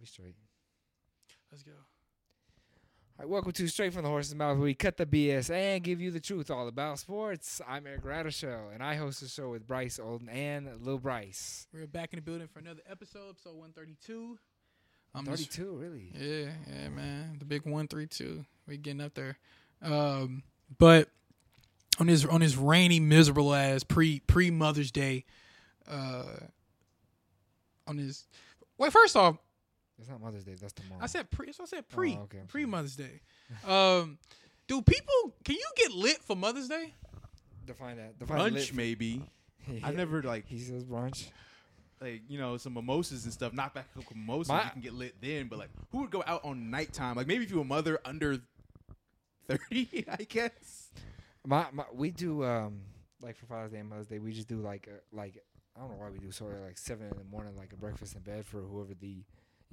me straight. Let's go. All right, welcome to Straight from the Horse's Mouth, where we cut the BS and give you the truth all about sports. I'm Eric Rattershow, and I host the show with Bryce Olden and Lil Bryce. We're back in the building for another episode, episode 132. I'm just- 32, really? yeah, yeah, man. The big 132. we getting up there. Um, but on this on this rainy, miserable ass pre pre Mother's Day, uh, on this. Well, first off, It's not Mother's Day. That's tomorrow. I said pre. So I said pre. Oh, okay, I'm pre sorry. Mother's Day. Um, do people? Can you get lit for Mother's Day? define that. Define Brunch lit. maybe. uh, Yeah. I've never like He says brunch. like you know some mimosas and stuff. Not back up with mimosas. My- you can get lit then, but like who would go out on nighttime? Like maybe if you were a mother under thirty, I guess. My, my we do um like for Father's Day and Mother's Day we just do like a, like I don't know why we do so early, like seven in the morning like a breakfast in bed for whoever the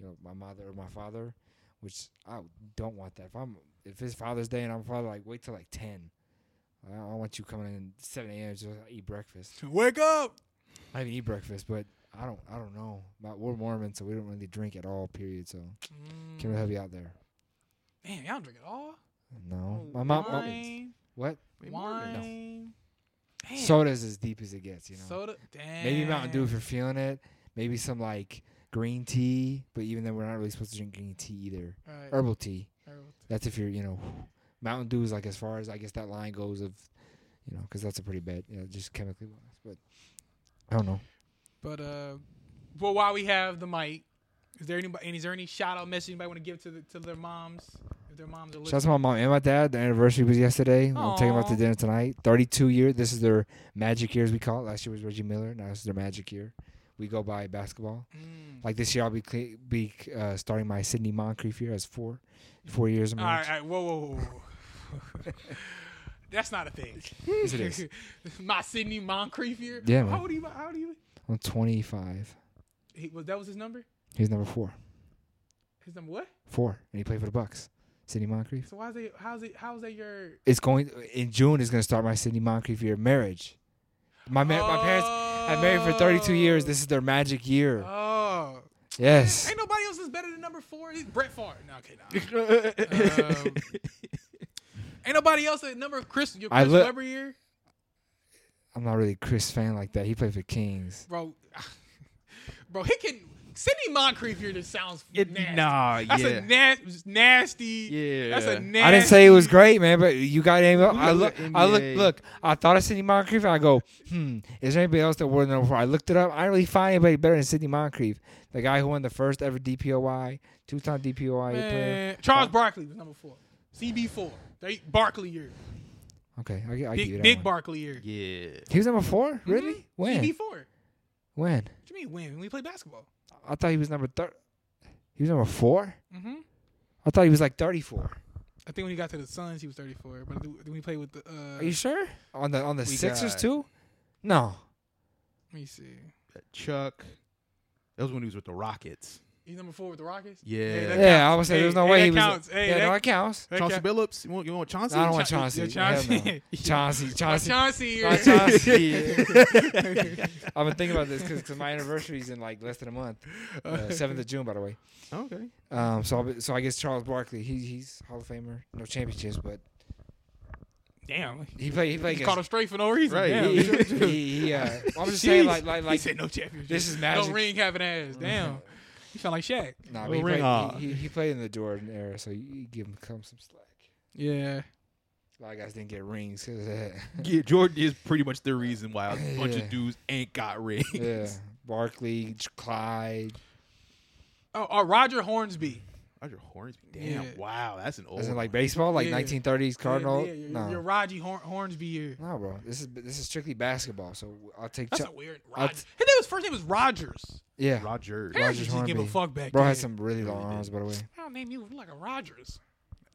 you know my mother or my father, which I don't want that if I'm if it's Father's Day and I'm a father like wait till like ten. I don't I don't want you coming in seven a.m. just to eat breakfast. Wake up! I even eat breakfast, but I don't. I don't know. My, we're Mormon, so we don't really drink at all. Period. So can we help you out there? Man, y'all drink it all. No, Oh, my mom. My, Wine, what Wait, Mormon. wine. Damn. soda's as deep as it gets, you know. Soda. Damn. Maybe Mountain Dew if you're feeling it. Maybe some like green tea, but even then we're not really supposed to drink green tea either. Alright, Herbal tea. herbal. That's if you're, you know, Mountain Dew is like as far as I guess that line goes of, you know, because that's a pretty bad, you know, just chemically wise. But I don't know. But uh, well, while we have the mic, is there anybody? And is there any shout out message anybody want to give to the, to their moms if their moms are Shout out listening? to my mom and my dad. Their anniversary was yesterday. We're gonna take them out to Aw. dinner tonight. 32 year. This is their magic year, as we call it. Last year was Reggie Miller. Now this is their magic year. We go by basketball. Mm. Like this year, I'll be cle be uh, starting my Sydney Moncrief year as four, four years. in All March. right, all right, whoa, whoa, whoa. whoa. That's not a thing. Yes, it is. My Sydney Moncrief here. Yeah, man. How old are you? How old are you? I'm 25. He, was that was his number? He's number four. His number what? Four, and he played for the Bucks. Sidney Moncrief. So why is it? How's it? How's that your? It's going in June. Is going to start my Sidney Moncrief year of marriage. My ma- my parents. I married for 32 years. This is their magic year. Oh. yes. Ain't nobody else is better than number four. It's Brett Favre. No, okay, no. Um, ain't nobody else at number Chris. Your I Chris look- Webber year, I'm not really a Chris fan like that. He played for Kings. bro. bro, he can. Sidney Moncrief year just sounds It, nasty. nah, That's yeah. a nas- nasty. Yeah. That's a nasty. I didn't say it was great, man, but you got him up. I got look, the I look, NBA. look. I thought of Sidney Moncrief, and I go, hmm, is there anybody else that wore the number four? I looked it up. I didn't really find anybody better than Sidney Moncrief, the guy who won the first ever DPOI, two-time DPOI player. Man. Charles Barkley was number four. CB four. They Barkley year. Okay, I, get- I give you Big that Big one. Barkley year. yeah. He was number four, really? Mhm. When? CB four. when? What you mean when? We play basketball. I thought he was number third. He was number four. Mm-hmm. I thought he was like thirty-four. I think when he got to the Suns, he was 34. But th- when he played with the, uh, Are you sure? On the on the We Sixers got- too? No. let me see. Chuck. That was when he was with the Rockets. He's number four with the Rockets. Yeah. that Yeah, counts. I would say Hey, there's no hey, way that he was. counts. Hey, yeah, that- no, that counts. That Chauncey count- Billups. You want, you want Chauncey? No, I don't want Cha- Chauncey. Hell yeah, no. Chauncey. Chauncey, Chauncey. Chauncey My year. Chauncey. I've been thinking about this because my anniversary's in like less than a month, Uh, seventh of June, by the way. Okay. Um, so I'll be, so I guess Charles Barkley, he, he's Hall of Famer, no championships, but Damn. he played he played He caught him against. straight for no reason. Right. Damn. He, he, he, he, uh, I'm just saying like like he like said no championship. this is No magic. Mm-hmm. ring having ass. Damn. He sound like Shaq. Nah, No but he, ring played, off. he, he, he played in the Jordan era, so you, you give him come some slack. Yeah. A lot of guys didn't get rings 'cause of that. Yeah, Jordan is pretty much the reason why a bunch Yeah. of dudes ain't got rings. yeah, Barkley, Ch- Clyde. Oh, oh, Roger Hornsby. Roger Hornsby. Damn. Yeah. Wow. That's an old. Is it like baseball, like Yeah. 1930s Cardinal? Yeah, yeah, your, no, your Roger Horn- Hornsby year. no, bro. This is this is strictly basketball, so I'll take. That's Ch- a weird. I'll Rod- His name was first name was Rogers. yeah, Roger. Parents Rogers just didn't give a Hornby. fuck back Bro then. had some really long Really did. arms, by the way. I'll name you like a Rogers.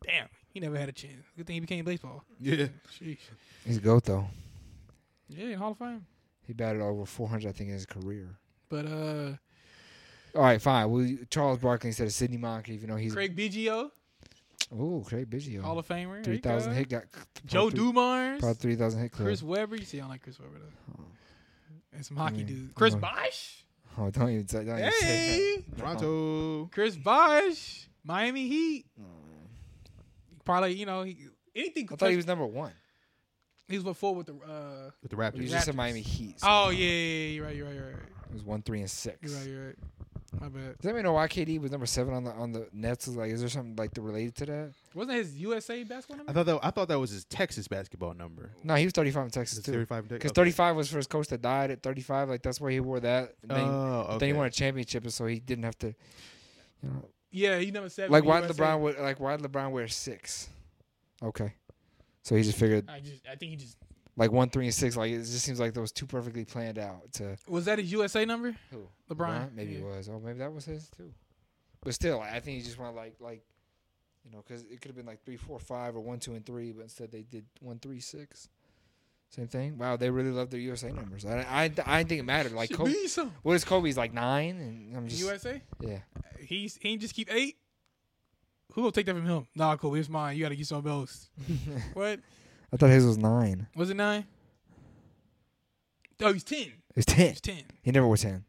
Damn, he never had a chance. Good thing he became baseball. Yeah. Sheesh. He's a goat though. Yeah, in Hall of Fame. He batted over 400, I think, in his career. But uh, All right, fine. Well, you- Charles Barkley instead of Sidney Moncrief, you know he's Craig Biggio, ooh Craig Biggio, Hall of Famer. There three you thousand go. hit got Joe probably, probably Dumars. three thousand hit club. Chris Webber. You see, I don't like Chris Webber though. And some hockey mean, dudes. Chris no. Bosh. Oh, don't even say, don't even say Hey, Toronto. Chris Bosh, Miami Heat. that. Oh, man. Probably, you know, he, anything. I thought he was number one. he was before with the. Uh, With the He was Raptors. just in Raptors. Miami Heat. so oh yeah, yeah, yeah, you're right, you're right, you're right, It was one, three, and six. you're right, you're right. My bad. Does anybody know why KD was number seven on the on the Nets? Is Like, is there something like the related to that? Wasn't his USA basketball I number? thought that I thought that was his Texas basketball number. No, he was 35 in Texas It's too. 35 Because 35 was for his coach that died at 35. Like that's why he wore that. And then, Oh, okay. then he won a championship, and so he didn't have to. You know, Yeah, he number seven. like why did USA. LeBron would like why did LeBron wear six? Okay, so he just figured I just, I think he just like one, three, and six. Like it just seems like those two perfectly planned out to was that his USA number? who LeBron. maybe yeah. it was. Oh, maybe that was his too. But still, I think he just wanted like like you know because it could have been like three, four, five, or one, two, and three, but instead they did one, three, six. Same thing. Wow, they really love their USA numbers. I I, I didn't think it mattered. Like Should Kobe, be some what is Kobe's like nine? And I'm just USA. yeah. He's he ain't just keep eight. Who gonna take that from him? Nah, cool. It's mine. You gotta get some else. what I thought his was nine. was it nine? Oh, he's ten. It's ten. He's ten. He never was ten.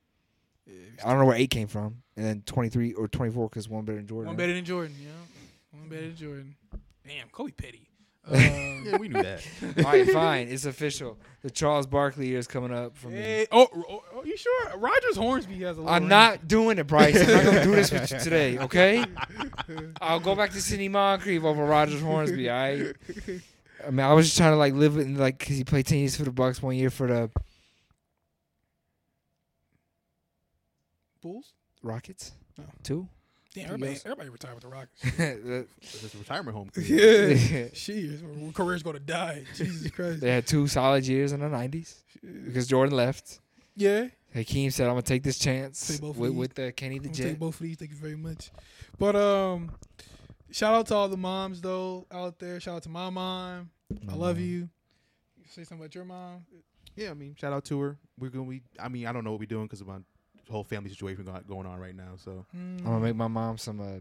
Yeah, he's I don't know where eight came from, and then twenty three or twenty four because one better than Jordan. One better than Jordan. Yeah, one better than Jordan. Damn, Kobe Petty. Uh, Yeah, we knew that. All right, fine, it's official. The Charles Barkley year is coming up for me. hey, oh, oh, oh, you sure? Rogers Hornsby has a. Little I'm ring. not doing it, Bryce. I'm not gonna do this with you today, okay? I'll go back to Sidney Moncrief over Rogers Hornsby. I, I mean, I was just trying to like live it, in, like because he played ten years for the Bucks, one year for the Bulls. Rockets, Oh. two. Damn, He everybody, goes- everybody retired with the Rockets. The- It's his retirement home. yeah, she is. Her career's gonna die. Jesus Christ. they had two solid years in the '90s because Jordan left. Yeah. Hakeem said, "I'm gonna take this chance Take both of with, these. with the Kenny the I'm gonna Jet." take both of these. Thank you very much. But um, shout out to all the moms though out there. Shout out to my mom. I love Mm-hmm. you. You Say something about your mom. Yeah, I mean, shout out to her. We're gonna be. I mean, I don't know what we're doing because of my whole family situation go- going on right now. So Mm. I'm gonna make my mom some uh,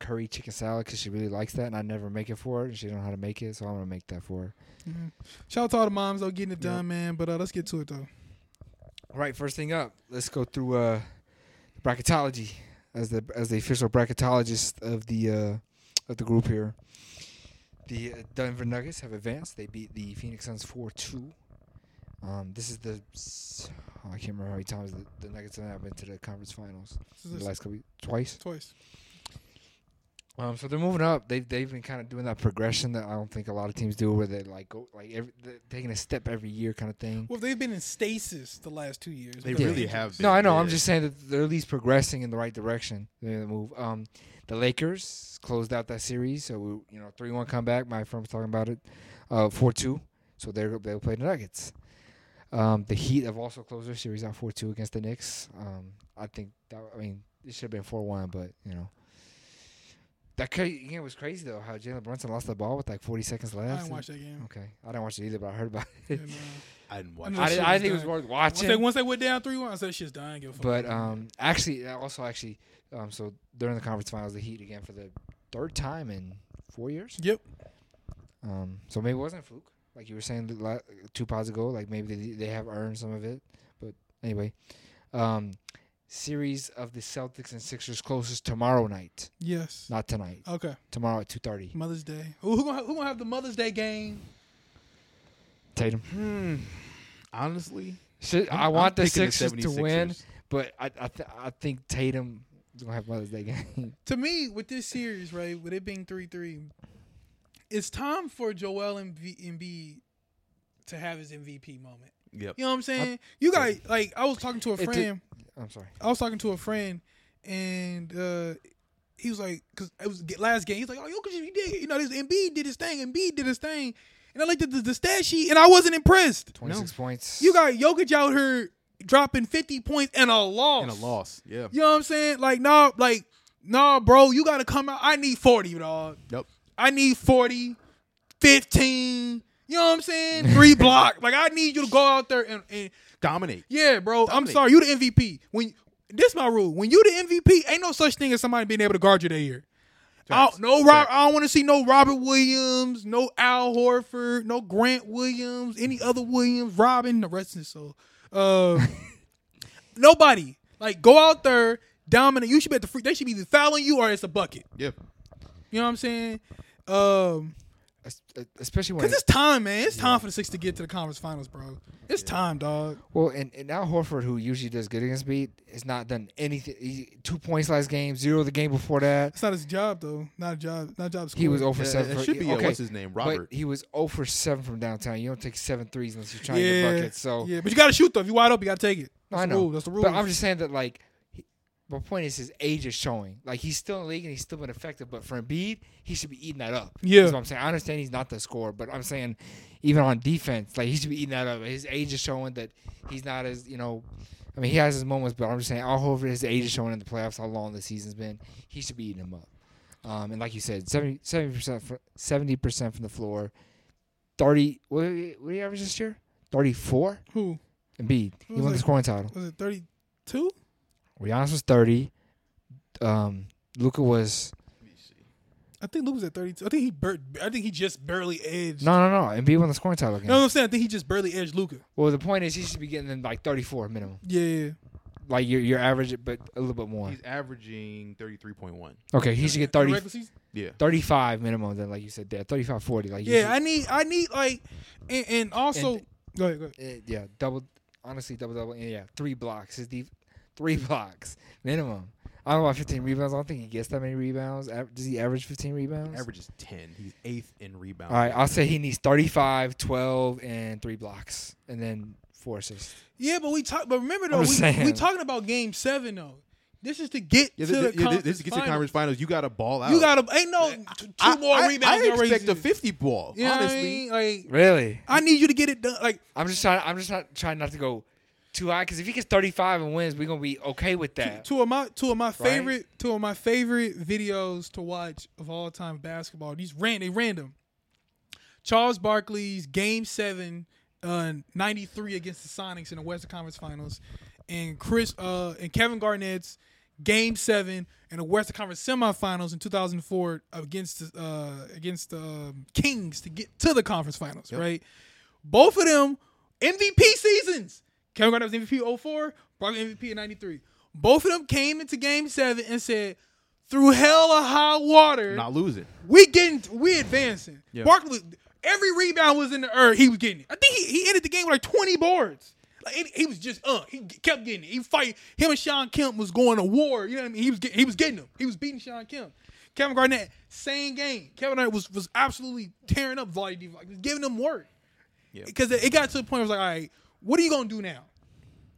curry chicken salad because she really likes that, and I never make it for her, and she don't know how to make it, so I'm gonna make that for her. Mhm. Shout out to all the moms though getting it done, man. But uh, let's get to it though. All right, first thing up, let's go through uh, bracketology as the as the official bracketologist of the uh, of the group here. The uh, Denver Nuggets have advanced. They beat the Phoenix Suns four two. Um, this is the s- oh, I can't remember how many times the, the Nuggets have been to the conference finals. This The is last couple twice. twice. Um, so they're moving up. They've they've been kind of doing that progression that I don't think a lot of teams do, where they like go like every, they're taking a step every year kind of thing. Well, they've been in stasis the last two years. uh, they because of really injuries. have. No, I know. I'm yeah. just saying that they're at least progressing in the right direction. They're gonna move. Um, the Lakers closed out that series, so we, you know, three one comeback. My firm's talking about it. Uh, four two. So they're they'll play the Nuggets. Um, the Heat have also closed their series out four two against the Knicks. Um, I think that I mean it should have been four one, but you know. That cra- game was crazy though. How Jalen Brunson lost the ball with like 40 seconds left. I and- didn't watch that game. Okay, I didn't watch it either, but I heard about it. And, uh, I didn't I watch. know I, shit did, I was didn't think it was dying. worth once, watching. they, once they went down three one, I said shit's dying. Give a fuck. But um, actually, uh, also actually, um, so during the conference finals, the Heat again for the third time in four years. yep. Um, so maybe it wasn't a fluke, like you were saying the la- two pods ago. Like maybe they they have earned some of it. But anyway, um, series of the Celtics and Sixers closes tomorrow night, Yes. not tonight. Okay. Tomorrow at two thirty. Mother's Day. Who, who, gonna, have- who gonna have the Mother's Day game? Tatum. Hmm. Honestly, Should, I'm- I I'm want the picking Sixers to win, 76ers. but I I, th- I think Tatum is gonna have Mother's Day game. To me, with this series, right, with it being three three, it's time for Joel and Embiid to have his MVP moment. Yep. You know what I'm saying? you got like I was talking to a It did- friend. I'm sorry. I was talking to a friend, and uh, he was like, because it was the last game. He's like, oh, Jokic, he did, you know, this Embiid did his thing, Embiid did his thing, and I looked at the, the stat sheet, and I wasn't impressed. Twenty six points. You got Jokic out here dropping 50 points and a loss. And a loss. Yeah. You know what I'm saying? Like, nah, like, nah, bro, you got to come out. I need 40, dog. Yep. I need 40, 15. You know what I'm saying? Three block. Like, I need you to go out there and, and Dominate. yeah, bro. I'm Dominate. sorry. You the MVP. When this my rule. When you the MVP, ain't no such thing as somebody being able to guard you that year. I don't, Oh, no, Rob, Facts. I don't want to see no Robert Williams, no Al Horford, no Grant Williams, any other Williams, Robin, the rest of his soul. Uh, um, nobody. Like go out there, dominate. You should be at the free. They should be either fouling you or it's a bucket. Yeah. You know what I'm saying? Um, Es- e, Especially when cause it's time, man. It's time for the six to get to the conference finals, bro. It's time, dog. Well, and, and Al Horford, who usually does good against me, has not done anything. He, two points last game, zero the game before that. It's not his job though. Not a job. Not a job. He was scorer. over seven. it for- should be uh, okay, what's his name, Robert. But he was over seven from downtown. You don't take seven threes unless you're trying to yeah, get buckets. So yeah, but you gotta shoot though. If you wide up, you gotta take it. That's I the know. rule. That's the rule. But I'm just saying that like. he- My point is his age is showing. Like he's still in the league and he's still been effective. But for Embiid, he should be eating that up. Yeah. That's what I'm saying. I understand he's not the scorer, but I'm saying even on defense, like he should be eating that up. His age is showing that he's not as you know. I mean, he has his moments, but I'm just saying all over his age is showing in the playoffs how long the season's been. He should be eating him up. Um, and like you said, 70 percent seventy percent from the floor, thirty. What what did he average this year? Thirty four. who Embiid. He won was the like- scoring title. was it? Thirty two. Giannis was thirty. Um, Luca was I think Luke was at thirty two. I think he. Bur- I think he just barely edged. no, no, no. Embiid won the scoring title You know what again. I'm saying? I think he just barely edged Luca. Well, the point is he should be getting them like thirty-four minimum, Yeah. like your your average, but a little bit more. He's averaging thirty three point one. Okay, he should get 30, Yeah. 35 minimum. Then, like you said, there, 35, 40. Like you Yeah, I need. I need like, and, and also. go ahead. Go ahead. should- eh, yeah, double. Honestly, double double. and Yeah, three blocks. His def- three blocks minimum. I don't know about fifteen rebounds. I don't think he gets that many rebounds. Aver- Does he average fifteen rebounds? Average is ten. He's eighth in rebound. All right, I'll say he needs 35, 12, and three blocks, and then four assists. Yeah, but we talk. But remember though, I'm we just saying. we talking about Game Seven though. This is to get Yeah, to th- the th- yeah, th- conference this gets to finals. conference finals. You got to ball out. You gotta ain't no t- two I- more I- rebounds. I no expect a raises. fifty ball. You know what I honestly, mean? Like Really? I need you to get it done. Like I'm just trying. I'm just not trying not to go too high because if he gets 35 and wins, we're gonna be okay with that. two of my two of my favorite two of my favorite videos to watch of all time basketball. These ran they random. Charles Barkley's Game Seven, uh, ninety three against the Sonics in the Western Conference Finals, and Chris uh, and Kevin Garnett's Game Seven in the Western Conference Semifinals in two thousand four against the, uh, against the um, Kings to get to the Conference Finals. Right, both of them MVP seasons. Kevin Garnett was MVP 04, Barkley MVP in 93. Both of them came into game seven and said, through hell or high water, not losing. we getting we advancing. Yeah. Barkley was, every rebound was in the earth, he was getting it. I think he, he ended the game with like 20 boards. Like it- he was just uh he g- kept getting it. He fight him and Sean Kemp was going to war. You know what I mean? He was get, he was getting them. He was beating Sean Kemp. Kevin Garnett, same game. Kevin Garnett was was absolutely tearing up Vlade, like giving them work. Because it it got to the point where it was like, all right, what are you gonna do now?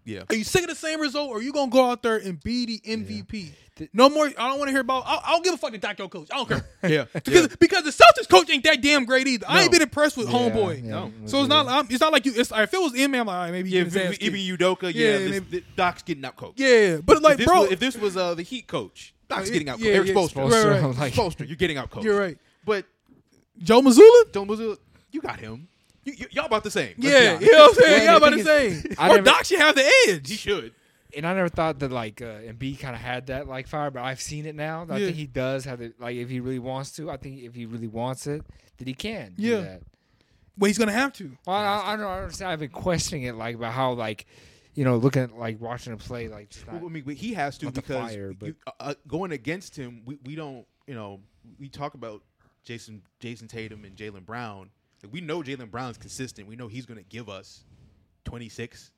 Yeah, Are you sick of the same result, or are you gonna go out there and be the MVP? No more. I don't want to hear about. I'll, I'll give a fuck to Doc your coach. I don't care. yeah, Because, because the Celtics coach ain't that damn great either. I ain't No. been impressed with homeboy. yeah, No. So it's not. I'm, it's not like you. It's, if it was in man, I'm like all right, maybe you yeah. yeah, his ass Even kicked. Udoka, Yeah, yeah, this- maybe- th- Doc's getting out coach. yeah. But like, if this bro, was, if this was uh, the Heat coach, Doc's Yeah, getting out. yeah, coach. Eric yeah, Spoelstra, Spoelstra. Right, I'm right. like, Spoelstra, you're getting out coach. you're right. But Joe Missoula. Don Mazzulla, you got him. You, you, y'all about the same. Let's be Yeah, honest. you know what I'm saying. Yeah, yeah, I'm the about to say. thing is, I Or never- Doc should have the edge. He should. and I never thought that like uh, Embiid kind of had that like fire, but I've seen it now. I Yeah. think he does have it. Like if he really wants to, I think if he really wants it, that he can. do Yeah. that. Well, he's gonna have to. Well, I, I don't understand. I've been questioning it, like about how like, you know, looking at like watching him play, like just not, Well, I mean, but he has to Not the because fire, you- but- uh, uh, going against him, we, we don't. You know, we talk about Jason Jason Tatum and Jalen Brown. Like, we know Jalen Brown's consistent. We know he's going to give us twenty six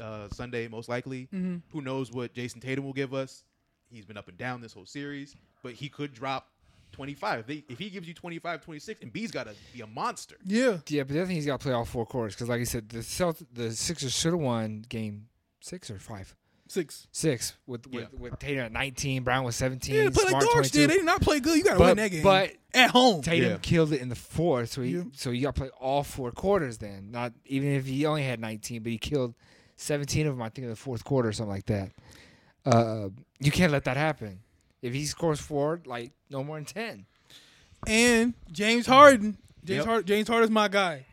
uh, Sunday most likely. Mm-hmm. Who knows what Jason Tatum will give us? He's been up and down this whole series, but he could drop. 25. If, they, if he gives you 25, 26, and B's got to be a monster. Yeah. Yeah, but the other thing he's got to play all four quarters because, like I said, the Celt- the Sixers should have won game six or five, Six. six with with, Yeah. with Tatum at nineteen, Brown was seventeen, Yeah, they play Smart like dogs did. 22. They did not play good. You gotta But- win that game. but- at home. Tatum Yeah. killed it in the fourth, so he Yeah. so you got to play all four quarters. Then not even if he only had nineteen, but he killed seventeen of them. I think in the fourth quarter or something like that. Uh, you can't let that happen. If he scores four, like no more than ten. and James Harden. James Yep. Harden. James Harden's my guy.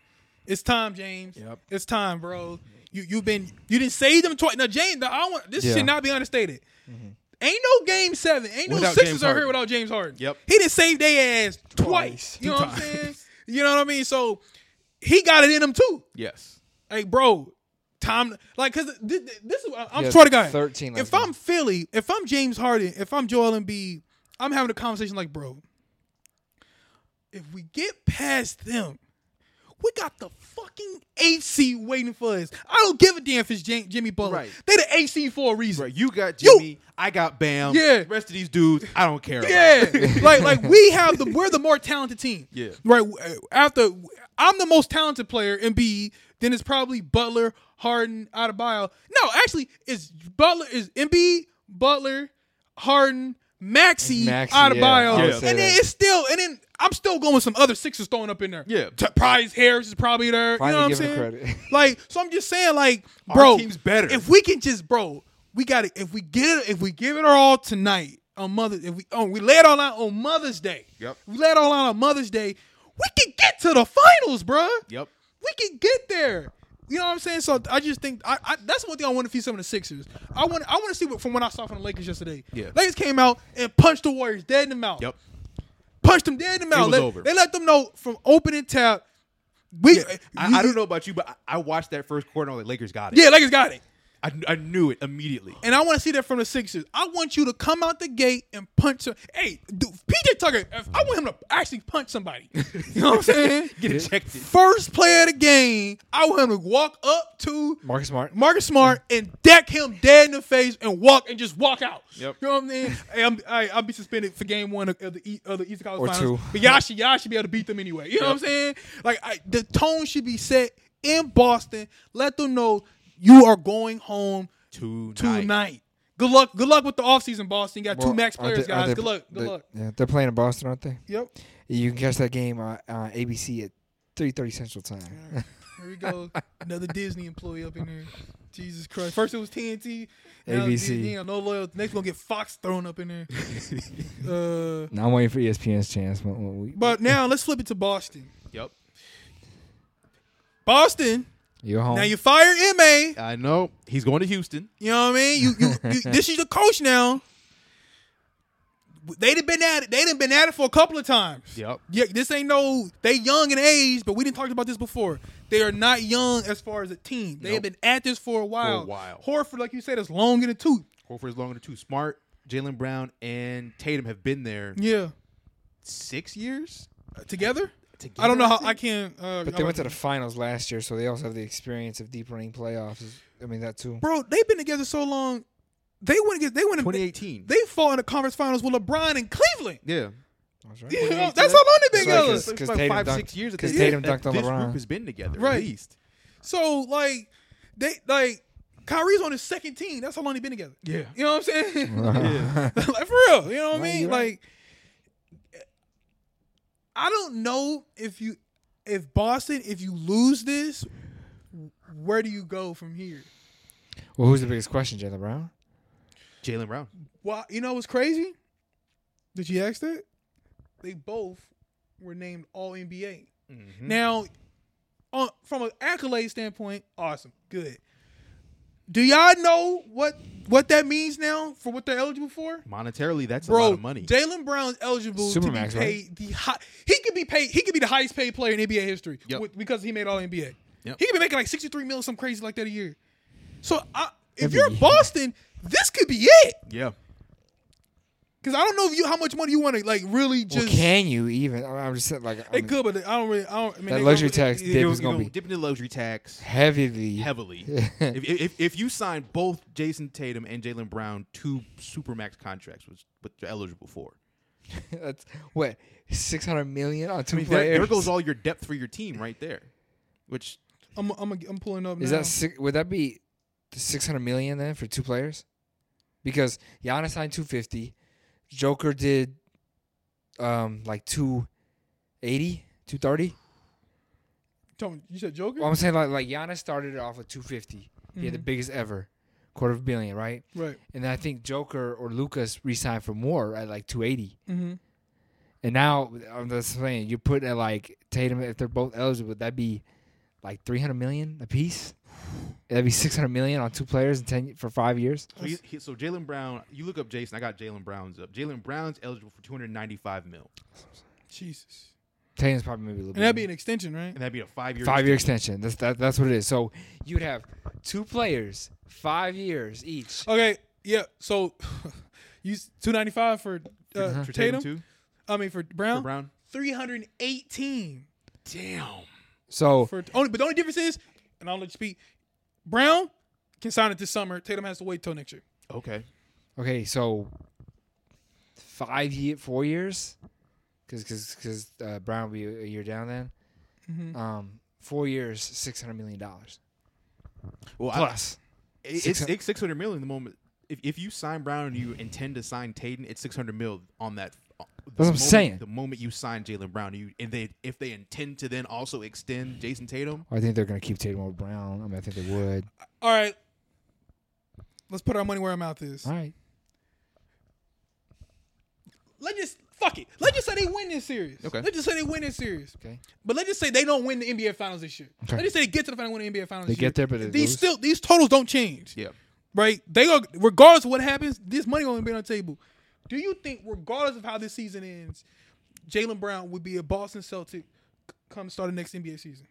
It's time, James. Yep. It's time, bro. You you've been you didn't save them twice. Now, James, now, I want this Yeah. should not be understated. Ain't no game seven. Ain't Mm-hmm. no Without sixes James are here Harden. without James Harden. Yep. He didn't save their ass twice. Twice. You know Two what I'm times. saying? You know what I mean? So he got it in him too. Yes. Like, bro, Time like because this, is what I'm He yeah, has swear to God. 13 if left now. I'm Philly, if I'm James Harden, if I'm Joel Embiid, I'm having a conversation like, bro, if we get past them, we got the fucking AC waiting for us. I don't give a damn if it's Jam- Jimmy Butler. Right. They the AC for a reason. Right, you got You- Jimmy, I got Bam. Yeah. the rest of these dudes, I don't care. about. Yeah, like like we have the we're the more talented team. Yeah. right. uh, After I'm the most talented player in B, E, then it's probably Butler, Harden, Adebayo. No, actually, it's Butler is Embiid, Butler, Harden, Maxi, Maxey, yeah, Adebayo, I would and say then that. it's still and then I'm still going with some other sixes thrown up in there. Yeah. T- Prize Harris is probably there. you know Finally what I'm giving saying? credit. Like, so I'm just saying, like, Our bro, team's better. If we can just, bro, we got to If we get it, if we give it our all tonight on Mother, if we on, we lay it all out on Mother's Day. Yep. We lay it all out on Mother's Day. We can get to the finals, bro. Yep. We can get there. You know what I'm saying? So I just think I, I that's one thing I want to see some of the Sixers. I want I want to see what from what I saw from the Lakers yesterday. Yeah. Lakers came out and punched the Warriors dead in the mouth Yep. punched them dead in the mouth. was Let- over. They let them know from opening tap. We, I, I don't know about you, but I, I watched that first quarter. and I'm like Lakers got it. Yeah, Lakers got it, I, I knew it immediately. and I want to see that from the Sixers. I want you to come out the gate and punch. Some, hey, dude, PJ Tucker. If I want him to actually punch somebody. You know what I'm saying? Get ejected. First player of the game, I want him to walk up to Marcus Smart. Marcus Smart and deck him dead in the face and walk and just walk out. Yep. You know what I'm saying? hey, I'm, I, I'll be suspended for game one of, of the E- of the Eastern College Or Finals. two. But y'all should y'all should be able to beat them anyway. You know what I'm saying? Like I, the tone should be set in Boston. Let them know you are going home Tonight. tonight. Good luck. Good luck with the offseason, Boston. You got Well, two max are they- players, are guys. they- good luck. Good they- luck. Yeah, they're playing in Boston, aren't they? Yep. You can catch that game on, on ABC at 3:30 Central Time. Here we go. Another Disney employee up in here. Jesus Christ. First it was TNT. now it's ABC. Disney. no loyalty. Next we're gonna get Fox thrown up in there. uh, now I'm waiting for E ESPN's chance. When, when we, but now let's flip it to Boston. Yep. Boston. you're home. Now you fire MA. I know he's going to Houston. You know what I mean? You, you, you this is the coach now. They done been at it. They done been at it for a couple of times. Yep. Yeah, this ain't no they young in age, but we didn't talk about this before. They are not young as far as a team. They have Nope. been at this for a while. while. Horford, like you said, is long in the tooth. Horford is longer than two. Smart, Jalen Brown, and Tatum have been there Yeah. six years Together? together. I don't know how I think? can uh but they went to the finals last year, so they also have the experience of deep running playoffs. I mean that too. Bro, they've been together so long. They went against they went 2018. they fought in the conference finals with LeBron in Cleveland. yeah. That's right. You know, that's how long they've been That's right, together. Because- 'cause Tatum five, dunked- six years. at 'cause this- Tatum that dunked on This LeBron. group has been together Right. at least. So like they like Kyrie's on his second team. That's how long he been together. Yeah. You know what I'm saying? Yeah. like for real. You know what No, I mean? you're right. Like I don't know if you if Boston, if you lose this, where do you go from here? well, who's the biggest question, Jalen Brown? Jalen Brown. Why you know what's crazy? Did you ask that? They both were named all NBA. Mm-hmm. Hmm? Now, on, from an accolade standpoint, awesome, good. Do y'all know what what that means now for what they're eligible for? Monetarily, that's a lot Bro, of money. Jalen Brown's eligible Supermax, right? to be paid the high. He could be paid. He could be the highest paid player in NBA history Yep. with- because he made All NBA. Yep. He could be making like sixty three mil, some crazy like that a year. So I, if Every you're year. Boston, this could be it. yeah. Because I don't know if you how much money you want to like really just. well, can you even? I mean, I'm just saying, like, I They mean, could, but I don't really. I don't. I mean, That they luxury don't really- tax you dip know, is gonna You know, be- dip into luxury tax heavily. heavily. if, if, if you sign both Jason Tatum and Jalen Brown to supermax contracts, which what they're eligible for, that's what six hundred million on two I mean, there, players. there goes all your depth for your team right there. Which I'm, I'm, I'm pulling up. Is now. that six, would that be six hundred million then for two players? Because Giannis signed two fifty, Joker did um like 280, 230. Tony, you said Joker? Well, I'm saying like like Giannis started it off with two He had the biggest ever, quarter of a billion, right? right. And I think Joker or Lucas re-signed for more at like two eighty. Mm-hmm. And now I'm just saying you put at like Tatum if they're both eligible, would that be like three hundred million a piece? That'd be six hundred million on two players in ten for five years. so, he, he- so Jalen Brown, you look up Jason. I got Jalen Brown's up. Jalen Brown's eligible for 295 mil. Jesus. Tatum's probably maybe a little And that'd be bit. an extension, right? and that'd be a five year five year extension. That's that, that's what it is. So you'd have two players, five years each. Okay, yeah. So, you two ninety five for, uh, Uh-huh. for Tatum. Tatum too I mean for for Brown. Brown. Three hundred eighteen Damn. So for only. But the only difference is, and I'll let you speak. Brown can sign it this summer. Tatum has to wait till next year. Okay. okay, so five year, four years, because because because uh, Brown will be a year down then. Mm-hmm. Um, four years, six hundred million dollars Well, I, plus. it- it's, it's six hundred million in the moment. If, if you sign Brown and you intend to sign Tatum, it's six hundred mil on that. That's what I'm saying. The moment you sign Jalen Brown, you and they if they intend to then also extend Jason Tatum, I think they're gonna keep Tatum over Brown. I mean, I think they would. All right, let's put our money where our mouth is. All right. Let's just fuck it. Let's just say they win this series. Okay. Let's just say they win this series. Okay. But let's just say they don't win the NBA Finals this year. Okay. Let's just say they get to the final, win the NBA Finals. They this year. get there, but they these lose. still these totals don't change. yeah, right? They are regardless of what happens, this money gonna be on the table. Do you think, regardless of how this season ends, Jalen Brown would be a Boston Celtic c- come start the next NBA season?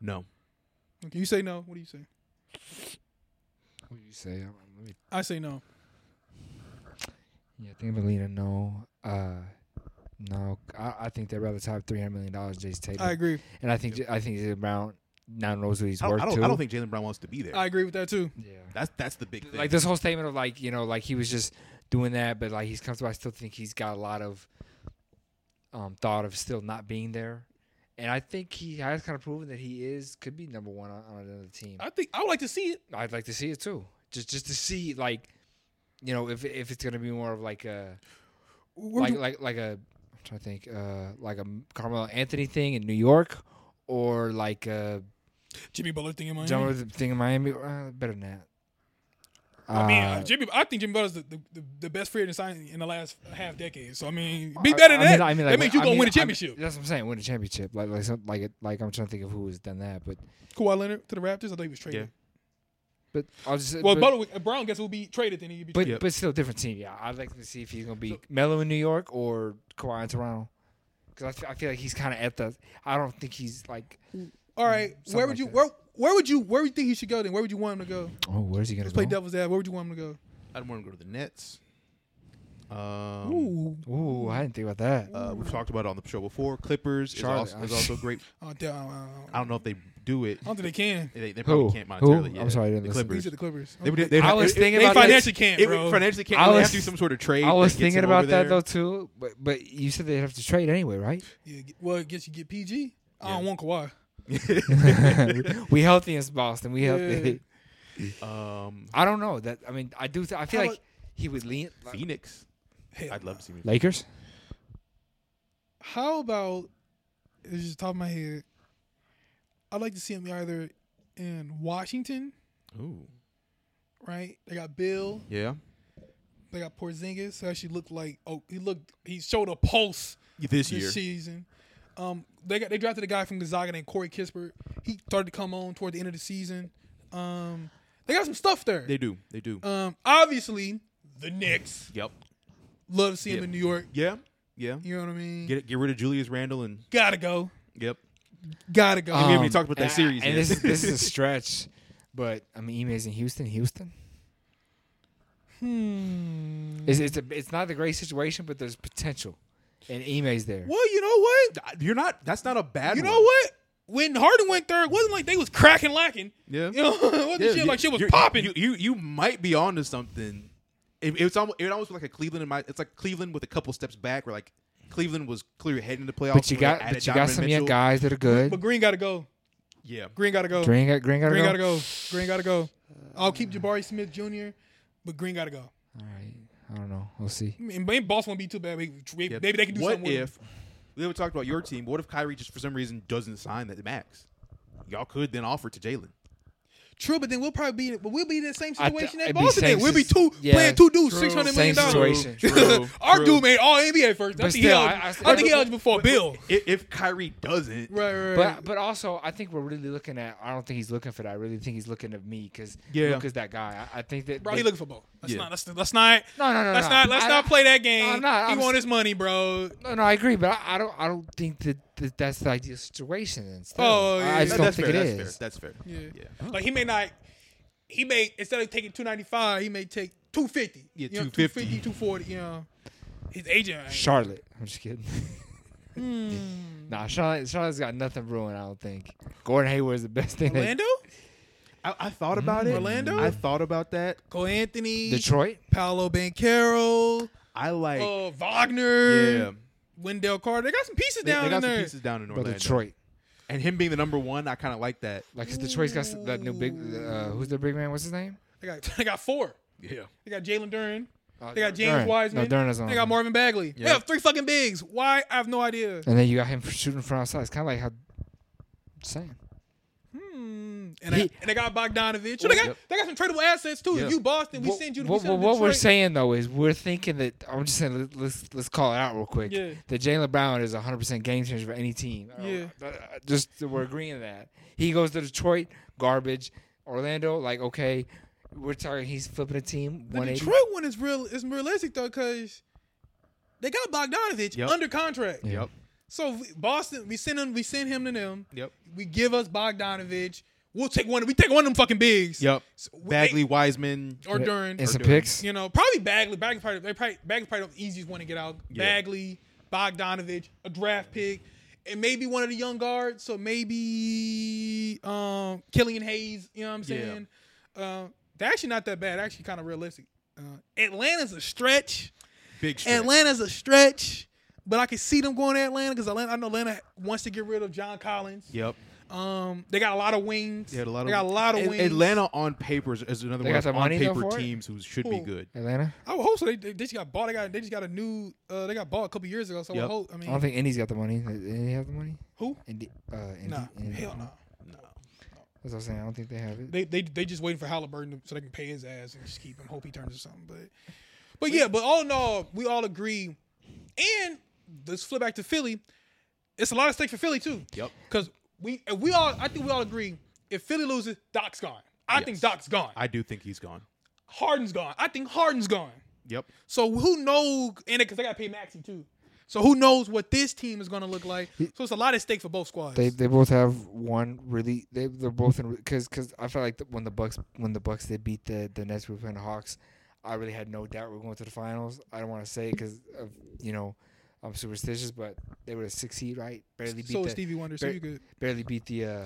no, Okay, you say no. What do you say? What do you say? Um, Let me. I say no. Yeah, I think Melina. No. Uh, no. I, I think they'd rather top three hundred million dollars Jason Tatum. I agree. And I think I think Jalen Brown now knows what he's I, I worth don't. too. I don't think Jalen Brown wants to be there. I agree with that too. yeah. that's that's the big thing. Like this whole statement of like you know like he was just doing that, but like he's comfortable. I still think he's got a lot of um, thought of still not being there, and I think he has kind of proven that he is could be number one on, on another team. I think I would like to see it. I'd like to see it too, just just to see like you know if if it's gonna be more of like a Where like do- like like a I'm trying to think uh like a Carmelo Anthony thing in New York or like a Jimmy Butler thing in Miami. John with the thing in Miami. Uh, better than that. I mean, uh, Uh, Jimmy. I think Jimmy Butler's the, the, the, the best free agent signing in the last half decade. So I mean, be I- better than I mean, that. I mean, that like, means you I gonna mean, I win a mean, championship. that's what I'm saying. Win a championship. Like like some, like it- like I'm trying to think of who has done that, but Kawhi Leonard to the Raptors. I thought he was traded. Yeah. but I'll just Well, but, Butler, if Brown guess will be traded. Then he'd be but, traded. but still a different team. Yeah, I'd like to see if he's gonna be Melo in New York or Kawhi in Toronto. Because I feel- I feel like he's kind of at the. I don't think he's like. All right, something where would like you that. where where would you where would you think he should go? Then where would you want him to go? Oh, where's he gonna Let's play go? devil's ad. Where would you want him to I'd want to go to the Nets. go? Um, Ooh, Ooh, I didn't think about that. Uh, we've talked about it on the show before. Clippers is Charlotte. also, is also great. oh, damn, I, don't, I don't know if they do it. I don't think they can. They, they Who? probably can't Who? monetarily. I'm Yeah. sorry, I didn't the listen. Clippers. These are the Clippers. They would- Okay. they'd I have- was it- it- thinking they about finance- this- can't, it bro. would- Financially can't. I I was- have to do some sort of trade. I was that gets thinking them over about that there. though too, but but you said they'd have to trade anyway, right? Yeah, get- well, I guess you get PG. I don't Yeah. want Kawhi. we healthy in Boston. We healthy. Yeah. Um, I don't know that. I mean, I do. Th- I feel How like about- he would lean like, Phoenix. Hell I'd no. love to see him. Lakers. How about it's just top of my head? I'd like to see him either in Washington, Ooh, right? They got Bill. yeah. They got Porzingis. Who actually looked like oh, he looked he showed a pulse This this year, season. Um, they got they drafted a guy from Gonzaga named Corey Kispert. He started to come on toward the end of the season. Um, they got some stuff there. they do. They do. um, obviously the Knicks Yep. love to see him Yeah. in New York. Yeah. Yeah. You know what I mean? Get get rid of Julius Randall and Gotta go. yep. Gotta go. haven't even talked about that Um, and- series And yet. this is this is a stretch, but I mean, Ime's in Houston. Houston. hmm. It's it's, a, it's not a great situation, but there's potential, and Ime's there. Well, you know what? You're not. That's not a bad. You one. know what? When Harden went third, wasn't like they was cracking lacking. Yeah. You know, it wasn't Yeah, shit you- like shit was you're- popping. You, you you might be onto something. It, it's almost it almost like a Cleveland in my. It's like Cleveland with a couple steps back. Where like Cleveland was clear heading into the playoffs. But you when they got added but you got Donovan some Mitchell. young guys that are but good. Green gotta go. Yeah. Green gotta go. Green got Green got to Green go. gotta go. Green gotta go. I'll keep Jabari Smith Jr., but Green gotta go. All right. I don't know. We'll see. I mean, maybe Boston won't be too bad. Maybe, maybe Yep. they can do what something. with if we haven't talked about your team? What if Kyrie just for some reason doesn't sign that max? Y'all could then offer to Jalen. True, but then we'll probably be but we'll be in the same I th- situation that it'd be Boston same did. We'll be sis- two yeah. playing two dudes, True. six hundred Same million dollars. situation. True, Our true. dude made all NBA first. I But think he still, eligible- I- I- I think he eligible for a bill. If, if Kyrie doesn't, Right, right, right. But but also, I think we're really looking at. I don't think he's looking for that. I really think he's looking at me because Yeah. Luka's that guy. I, I think that. Bro, that- he looking for both. Let's Yeah. not. Let's, let's not. no, no, no, Let's no. not. Let's I- not play that game. I'm not. he I'm want s- his money, bro. No, no, I agree, but I, I don't. I don't think that, that that's the ideal situation. Instead. Oh, yeah, I just yeah. don't that's, think fair, it that's is. fair. That's fair. Yeah. yeah. Like he may not. He may instead of taking two ninety five, he may take two fifty. Yeah, you know, 250. 250, 240, You know, his agent. ain't- Charlotte. I'm just kidding. Hmm. nah, Charlotte. Charlotte's got nothing brewing. I don't think. Gordon Hayward's the best thing. that Orlando, I, I thought about it. Orlando? I thought about that. Cole Anthony, Detroit. Paolo Bancaro, I like. uh, Wagner, yeah. Wendell Carter. They got some pieces They, down they got in some there. pieces down in But Orlando. Detroit. And him being the number one, I kind of like that. Like 'cause Detroit's got s- that new big. Uh, who's their big man? What's his name? They got, they got four. Yeah. They got Jalen Duran. Uh, They got James Durant. Wiseman. No, Durant is on. They got Marvin Bagley. They Yeah. have three fucking bigs. Why? I have no idea. And then you got him for shooting from outside. It's kind of like how. Same. Hmm. And, He- I, and they got Bogdanovich. So they got Yep. they got some tradable assets too. Yeah. If you Boston, we What- send you. to what, we send what, to what we're Detroit. saying though is we're thinking that I'm just saying let- let's let's call it out real quick. Yeah. That Jalen Brown is 100 percent game changer for any team. Uh, Yeah. uh, just that we're agreeing to that he goes to Detroit, garbage. Orlando, like okay, we're talking. He's flipping a team. The 180. Detroit one is real is realistic though, cause they got Bogdanovich Yep. under contract. Yeah. Yep. So we- Boston, we send him, we send him to them. Yep. We give us Bogdanovich. We'll take one. We take one of them fucking bigs. Yep. So we- Bagley, Wiseman. or Duran. and or some Duran. picks. You know, probably Bagley. Bagley probably, they probably Bagley's probably the easiest one to get out. Yeah. Bagley, Bogdanovich, a draft pick, and maybe one of the young guards. So maybe um Killian Hayes. You know what I'm Yeah. saying? Uh, they're actually not that bad. Actually, kind of realistic. Uh, Atlanta's a stretch. Big stretch. Atlanta's a stretch, but I can see them going to Atlanta because Atlanta. I know Atlanta wants to get rid of John Collins. Yep. Um, they got a lot of wings. They had a lot of. they got a lot of A- wings. Atlanta on paper is- is another They one got of the on money though paper for it? teams who should be Who? good. Atlanta. I would hope so. They, they, they just got bought. They got they just got a new. Uh, they got bought a couple years ago. So I Yep. would hope. I I mean, don't think Indy's got the money. Does Indy have the money? who? Indy. Uh, Indy, Nah, Indy. hell no. That's what I'm saying. I don't think they have it. They they they just waiting for Halliburton to- so they can pay his ass and just keep him. Hope he turns or something. But but yeah. But all in all, we all agree. And let's flip back to Philly. It's a lot of stake for Philly too. Yep. Because we if we all I think we all agree if Philly loses, Doc's gone. I think Yes. Doc's gone. I do think he's gone. Harden's gone. I think Harden's gone. Yep. So who knows? And because they got to pay Maxi too. So who knows what this team is going to look like? So it's a lot at stake for both squads. They they both have one really they they're both in because because I felt like the, when the Bucks when the Bucks did beat the the Nets we were playing the Hawks I really had no doubt we were going to the finals I don't want to say because of you know I'm superstitious but they were a six seed right barely beat so the is Stevie Wonder. So Ba- you good? barely beat the uh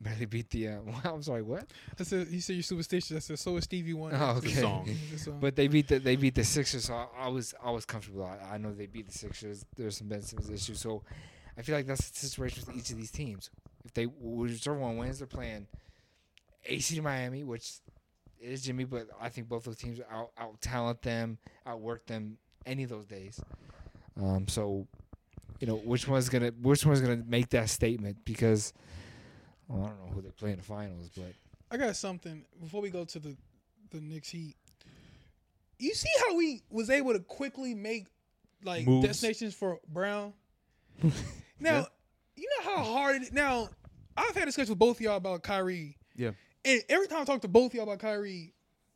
barely beat the uh I'm sorry what I said he said you're superstitious. I said so is Stevie Wonder. oh the okay song. It's, uh, but they beat the they beat the Sixers, so I, I was I was comfortable. I, I know they beat the Sixers. There's some Ben Simmons issues, so I feel like that's the situation with each of these teams. If they whichever one wins, they're playing AC to Miami, which is Jimmy, but I think both those teams out out talent them, outwork them any of those days. Um, so you know which one's gonna which one's gonna make that statement because well, I don't know who they play in the finals, but I got something before we go to the the Knicks Heat. You see how we was able to quickly make like Moves. destinations for Brown. now, you know how hard. It, now, I've had discussions with both of y'all about Kyrie. Yeah. And every time I talk to both of y'all about Kyrie,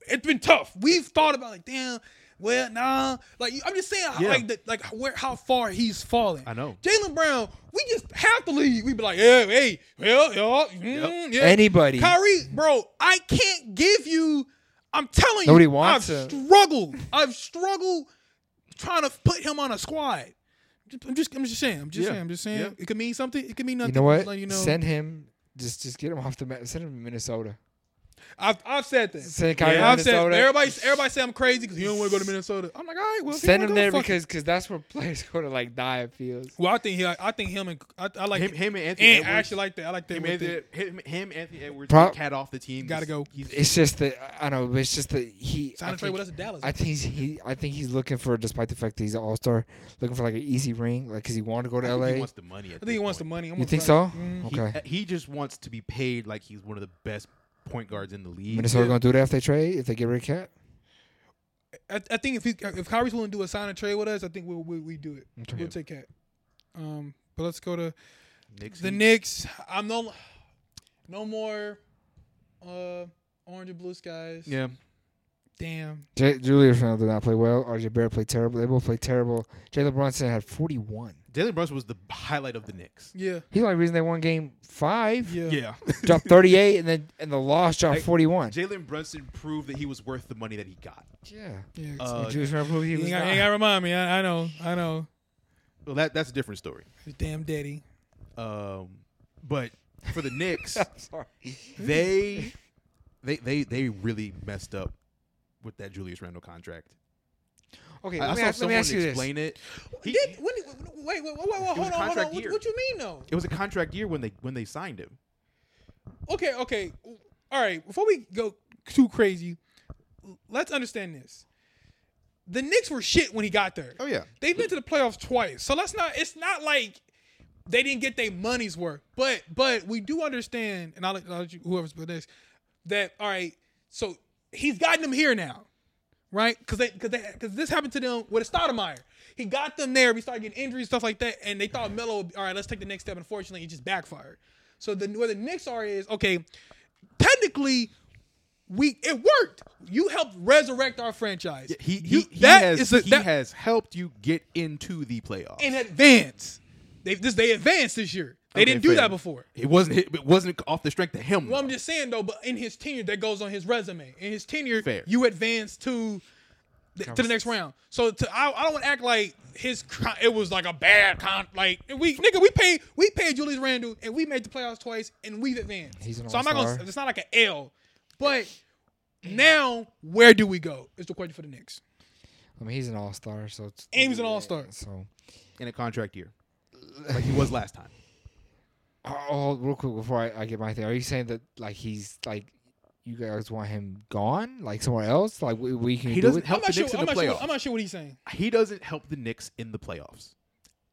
it's been tough. We've thought about like, damn, well, nah. Like you- I'm just saying, how Yeah. like the, like where how far he's fallen. I know. Jalen Brown, we just have to leave. We'd be like, yeah, hey, well, yeah, mm, yeah. anybody Kyrie, bro, I can't give you. I'm telling you, Nobody wants I've to. struggled. I've struggled trying to put him on a squad. I'm just, I'm just saying. I'm just Yeah. saying. I'm just saying. Yeah. It could mean something. It could mean You nothing. know what? Just letting you know. Send him. Just just get him off the map. Send him to Minnesota. I've, I've said that. Send Kyrie Yeah, I've to said Minnesota. everybody. Everybody say I'm crazy because you don't want to go to Minnesota. I'm like, all right, well, if he Send wanna him go, there fuck it. because cause that's where players go to like die. It feels. Well, I think he. I think him and I, I like him, him. him and Anthony. And I Edwards, actually like that. I like that. him, with Anthony, the- him, him, Anthony Edwards, Pro- cat off the team. Gotta go. He's, he's- It's just that I know. but It's just that he. Sign I and trade think- with us in Dallas. I think he's, he. I think he's looking for, despite the fact that he's an all star, looking for like an easy ring, like because he wanted to go I to think L.A. He wants the money. I think he wants the money. I'm you gonna think so? try- Mhm. Okay. He, he just wants to be paid like he's one of the best point guards in the league. Minnesota gonna do that if they trade if they get rid of Cat. I, I think if he, if Kyrie's willing to do a sign and trade with us, I think we'll we, we do it. We'll take Cat. Um, but let's go to Knicks, the he- Knicks. I'm no no more uh orange and blue skies. Yeah. Damn. J- Julius Randle did not play well. RJ Barrett played terrible. They both played terrible. Jalen Brunson had 41. Jalen Brunson was the highlight of the Knicks. Yeah. He's the only reason they won game five. Yeah. Dropped 38 and then and the loss dropped Hey, 41. Jalen Brunson proved that he was worth the money that he got. yeah. Yeah. Uh, Julius Randle proved he you was ain't gotta, not. ain't gotta remind me. I, I know. I know. Well, that that's a different story. Damn, daddy. Um, but for the Knicks, I'm sorry. they they they they really messed up with that Julius Randle contract. Okay, I, I let, me saw ask, let me someone ask you this. explain it. He- Did- when- wait, wait, wait, wait, was hold on, hold on. contract What, year. what you mean though? it was a contract year when they when they signed him. Okay, okay. All right, before we go too crazy, let's understand this. The Knicks were shit when he got there. Oh, yeah, They've been to the playoffs twice. So let's not it's not like they didn't get their money's worth. But but we do understand, and I'll let, I'll let you whoever's been next, that all right, so he's gotten them here now. Right? Cause they cause they cause this happened to them with Stoudemire. He got them there, we started getting injuries, stuff like that, and they thought Melo, would be, all right, let's take the next step. Unfortunately, it just backfired. So the where the Knicks are is okay, technically we it worked. You helped resurrect our franchise. he he, You- he that has is a- he that- has helped you get into the playoffs. in advance. They this they advanced this year. They Okay, didn't do fair. that before. It wasn't it wasn't off the strength of him. Well, I'm though. just saying though, but in his tenure, that goes on his resume. In his tenure, Fair. you advance to th- to the next round. So to, I, I don't want to act like his con- it was like a bad con. Like we nigga, we paid we paid Julius Randle and we made the playoffs twice and we've advanced. He's an so I'm not gonna. all-star. It's not like an L, but now where do we go? Is the question for the Knicks. I mean, he's an all star, so it's, And he was an all-star. So, in a contract year, like he was last time. oh, oh, real quick before I, I get my thing, are you saying that like he's like you guys want him gone, like somewhere else? Like we, we can He do doesn't it? help I'm not the sure. Knicks I'm in the not sure. I'm playoffs. not sure what he's saying. He doesn't help the Knicks in the playoffs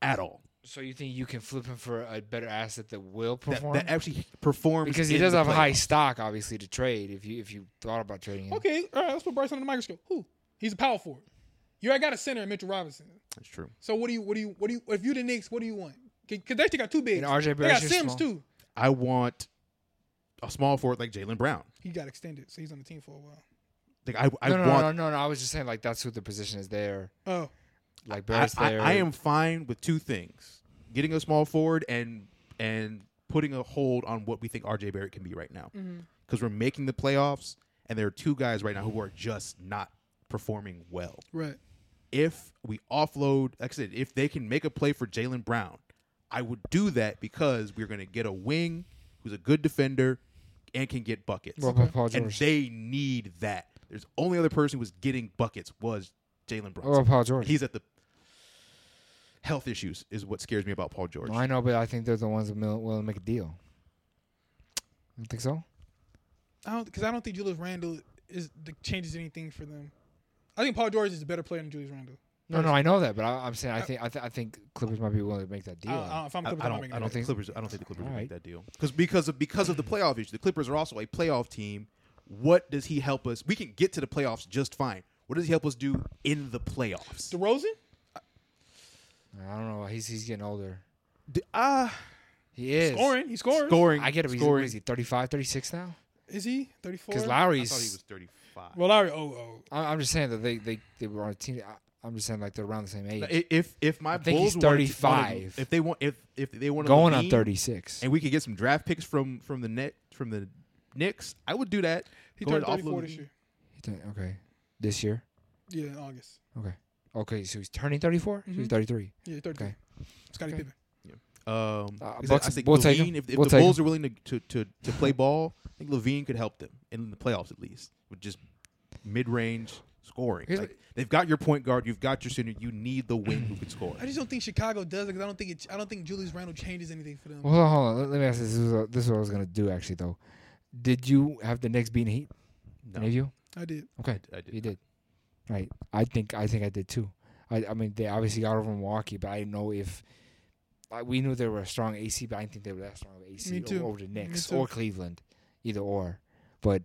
at all. So you think you can flip him for a better asset that will That, perform? that actually performs because he in does the have a high playoffs. stock, obviously, to trade. If you if you thought about trading him, Okay, all right, let's put Bryce under the microscope. Who? He's a power forward. You already got a center in Mitchell Robinson. That's true. So what do you what do you what do you if you the Knicks, what do you want? Because they still got two bigs. And RJ they got Barrett's just Sims small. too. I want a small forward like Jalen Brown. He got extended, so he's on the team for a while. Like I, I no, no, want. no, no, no, I was just saying like that's who the position is there. Oh, Like I, Barrett's I, there. I am fine with two things: getting a small forward and and putting a hold on what we think RJ Barrett can be right now. Because we're making the playoffs, and there are two guys right now who are just not performing well. right. if we offload, like I said, if they can make a play for Jalen Brown, I would do that because we're going to get a wing who's a good defender and can get buckets. Well, Paul- Paul and George. they need that. There's only other person who was getting buckets was Jalen Brown. Well, Paul George. He's at the health issues is what scares me about Paul George. No, I know, but I think they're the ones that will willing to make a deal. You think so? I don't because I don't think Julius Randle is the, changes anything for them. I think Paul George is a better player than Julius Randle. No, no, I know that, but I, I'm Uh, saying I think I, th- I think Clippers might be willing to make that I deal. don't, I don't, if I'm I, I Clippers, I, am don't. making I don't that. think Clippers. I don't think the Clippers would Alright. make that deal because because of because of the playoff issue. The Clippers are also a playoff team. What does he help us? We can get to the playoffs just fine. What does he help us do in the playoffs? DeRozan? I don't know. He's he's getting older. Ah, He is. Scoring. He scores. scoring. I get it. but He's, what Scoring. is he 35, 36 now? Is he? 34? Because I Lowry's. thought he was thirty-five. Well, Larry, oh, oh. I, I'm just saying that they they, they were on a team. I, I'm just saying like they're around the same age. I- if if my I think Bulls he's wanted to- wanted- 35. if they want if if they want Going on 36. and we could get some draft picks from from the net from the Knicks, I would do that. He Go turned ahead, 34 offload this Levine. year. He turned- Okay. This year. Yeah, in August. Okay. Okay. So he's turning 34. So he's Mm-hmm. Mhm. 33. Yeah, 33. Okay. Scotty Okay. Pippen. Uh, Um, Uh, because Bucks- I, I think we'll take 'em. Levine, if, if We'll the take 'em. Bulls are willing to, to, to, to play ball, I think Levine could help them in the playoffs at least with just mid range scoring. Here's Like, they've got your point guard, you've got your center, you need the wing who can score. I just don't think Chicago does it because I don't think it, I don't think Julius Randle changes anything for them. Well, hold on, hold on. Let, let me ask this. This is, what, this is what I was gonna do actually though. Did you have the Knicks beating Heat? Any of No, you? I did. Okay, I did. you did. Right. I think I think I did too. I I mean they obviously got over Milwaukee, but I didn't know if. I, we knew they were a strong AC, but I didn't think they were that strong of AC Me o- too. over the Me Knicks too. or Cleveland, either or. But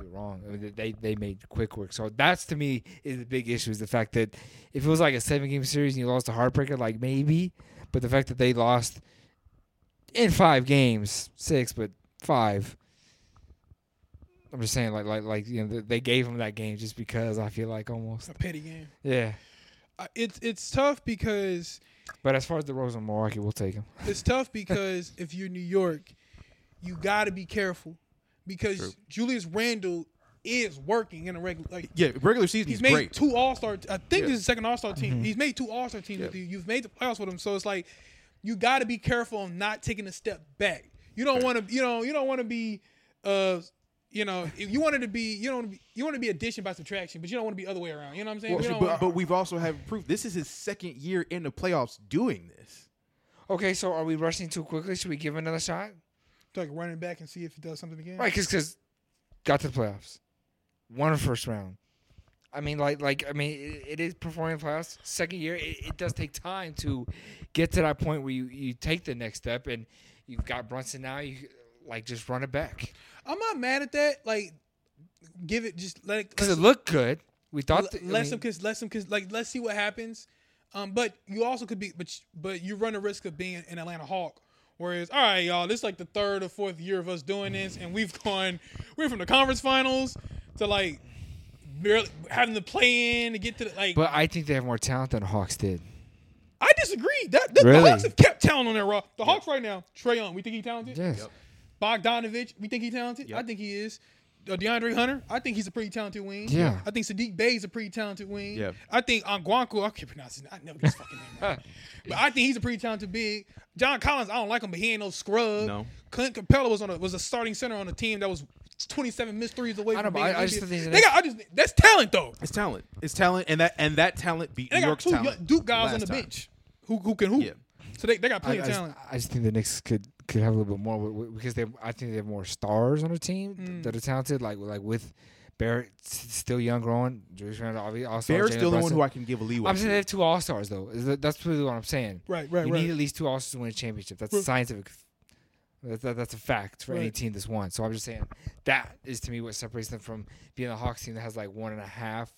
you're wrong. I mean, they- they they made quick work. So that's to me is the big issue is the fact that if it was like a seven game series and you lost a heartbreaker, like maybe, but the fact that they lost in five games, six, but five. I'm just saying, like, like, like, you know, th- they gave him that game just because I feel like almost, A petty game. yeah. I, it's it's tough because But as far as the Rose and Milwaukee, we'll take him. it's tough because if you're New York, you got to be careful because True. Julius Randle is working in a regular like Yeah, regular season He's he's made great. two All Star. I think Yeah. this is the second All Star team. He's made two All Star teams Yeah. with you. You've made the playoffs with him, so it's like you got to be careful on not taking a step back. You don't want to, you know, you don't want to be, uh, you know, if you wanted to be, you don't, wanna be- you want to be addition by subtraction, but you don't want to be other way around. You know what I'm saying? Well, You don't but, wanna- but we've also have proof this is his second year in the playoffs doing this. Okay, so are we rushing too quickly? Should we give another shot? like running back and see if he does something again. Right, because got to the playoffs, won the first round. I mean, like, like I mean, it, it is performing playoffs. Second year, it, it does take time to get to that point where you, you take the next step, and you've got Brunson now. You like just run it back I'm not mad at that. Like, give it, just let it. because it looked good. We thought L- that- I let mean- some kids, let some kids, like let's see what happens. Um, but you also could be, but sh- but you run the risk of being an Atlanta Hawk. Whereas, all right, y'all, this is like the third or fourth year of us doing this, and we've gone, we're from the conference finals to like barely having to play in to get to the, like. But I think they have more talent than the Hawks did. I disagree. That, that the Really? Hawks have kept talent on their raw. The Hawks right now, Trey Young, we think he talented. Yes. Yep. Bogdanovich, we think he's talented. I Yep. think he is. Uh, DeAndre Hunter, I think he's a pretty talented wing. Yeah. I think Sadiq Bay's a pretty talented wing. Yeah. I think Anguanco, I can't pronounce his name. I never get his fucking name right. But I think he's a pretty talented big. John Collins, I don't like him, but he ain't no scrub. No. Clint Capella was on a, was a starting center on a team that was 27 missed threes away I don't from know, being but I- I NBA. just think they that's- got, I just that's talent though. It's talent. It's talent and that and that talent beat They New got York's two young talent. Duke guys on the last time. bench who who can hoop. Yeah. So they, they got I, plenty I of just, talent. I just think the Knicks could could have a little bit more with- with- because they I think they have more stars on their team th- that are talented. Like like with Barrett s- still young, growing. Julius Randle, obvi- also Bear's Jalen still the one Brunson. who I can give a leeway. I'm saying to. they have two All Stars though. Is that- That's really what I'm saying. Right, right, you right. need at least two All Stars to win a championship. That's Right. scientific. That, that- that's a fact for any Right. team that's won. So I'm just saying that is to me what separates them from being a Hawks team that has like one and a half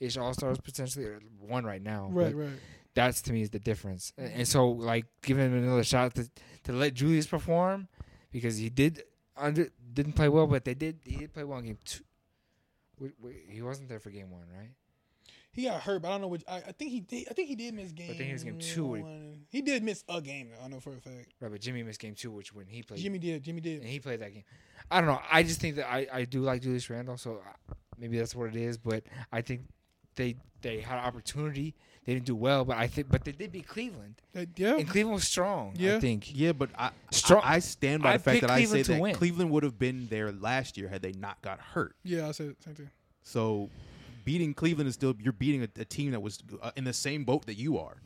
ish All Stars potentially, or one right now. right, But right. that's to me is the difference. And, and so like giving him another shot to to let Julius perform because he did under didn't play well, but they did he did play well in game two. Wait, wait, he wasn't there for game one, right? He got hurt, but I don't know which. I, I think he did. I think he did miss game. think it was game two where- one. He did miss a game. Though, I know for a fact. Right, but Jimmy missed game two, which when he played, Jimmy did. Jimmy and did. he played that game. I don't know. I just think that I, I do like Julius Randle, so I- maybe that's what it is. But I think they they had an opportunity. They didn't do well, but I think but they did beat Cleveland, Uh, yeah. and Cleveland was strong. Yeah. I think. Yeah, but I Strong- I, I stand by I the fact picked that I say Cleveland to that win. Cleveland would have been there last year had they not got hurt. Yeah. I said the same thing. So beating Cleveland is still you're beating a, a team that was uh, in the same boat that you are.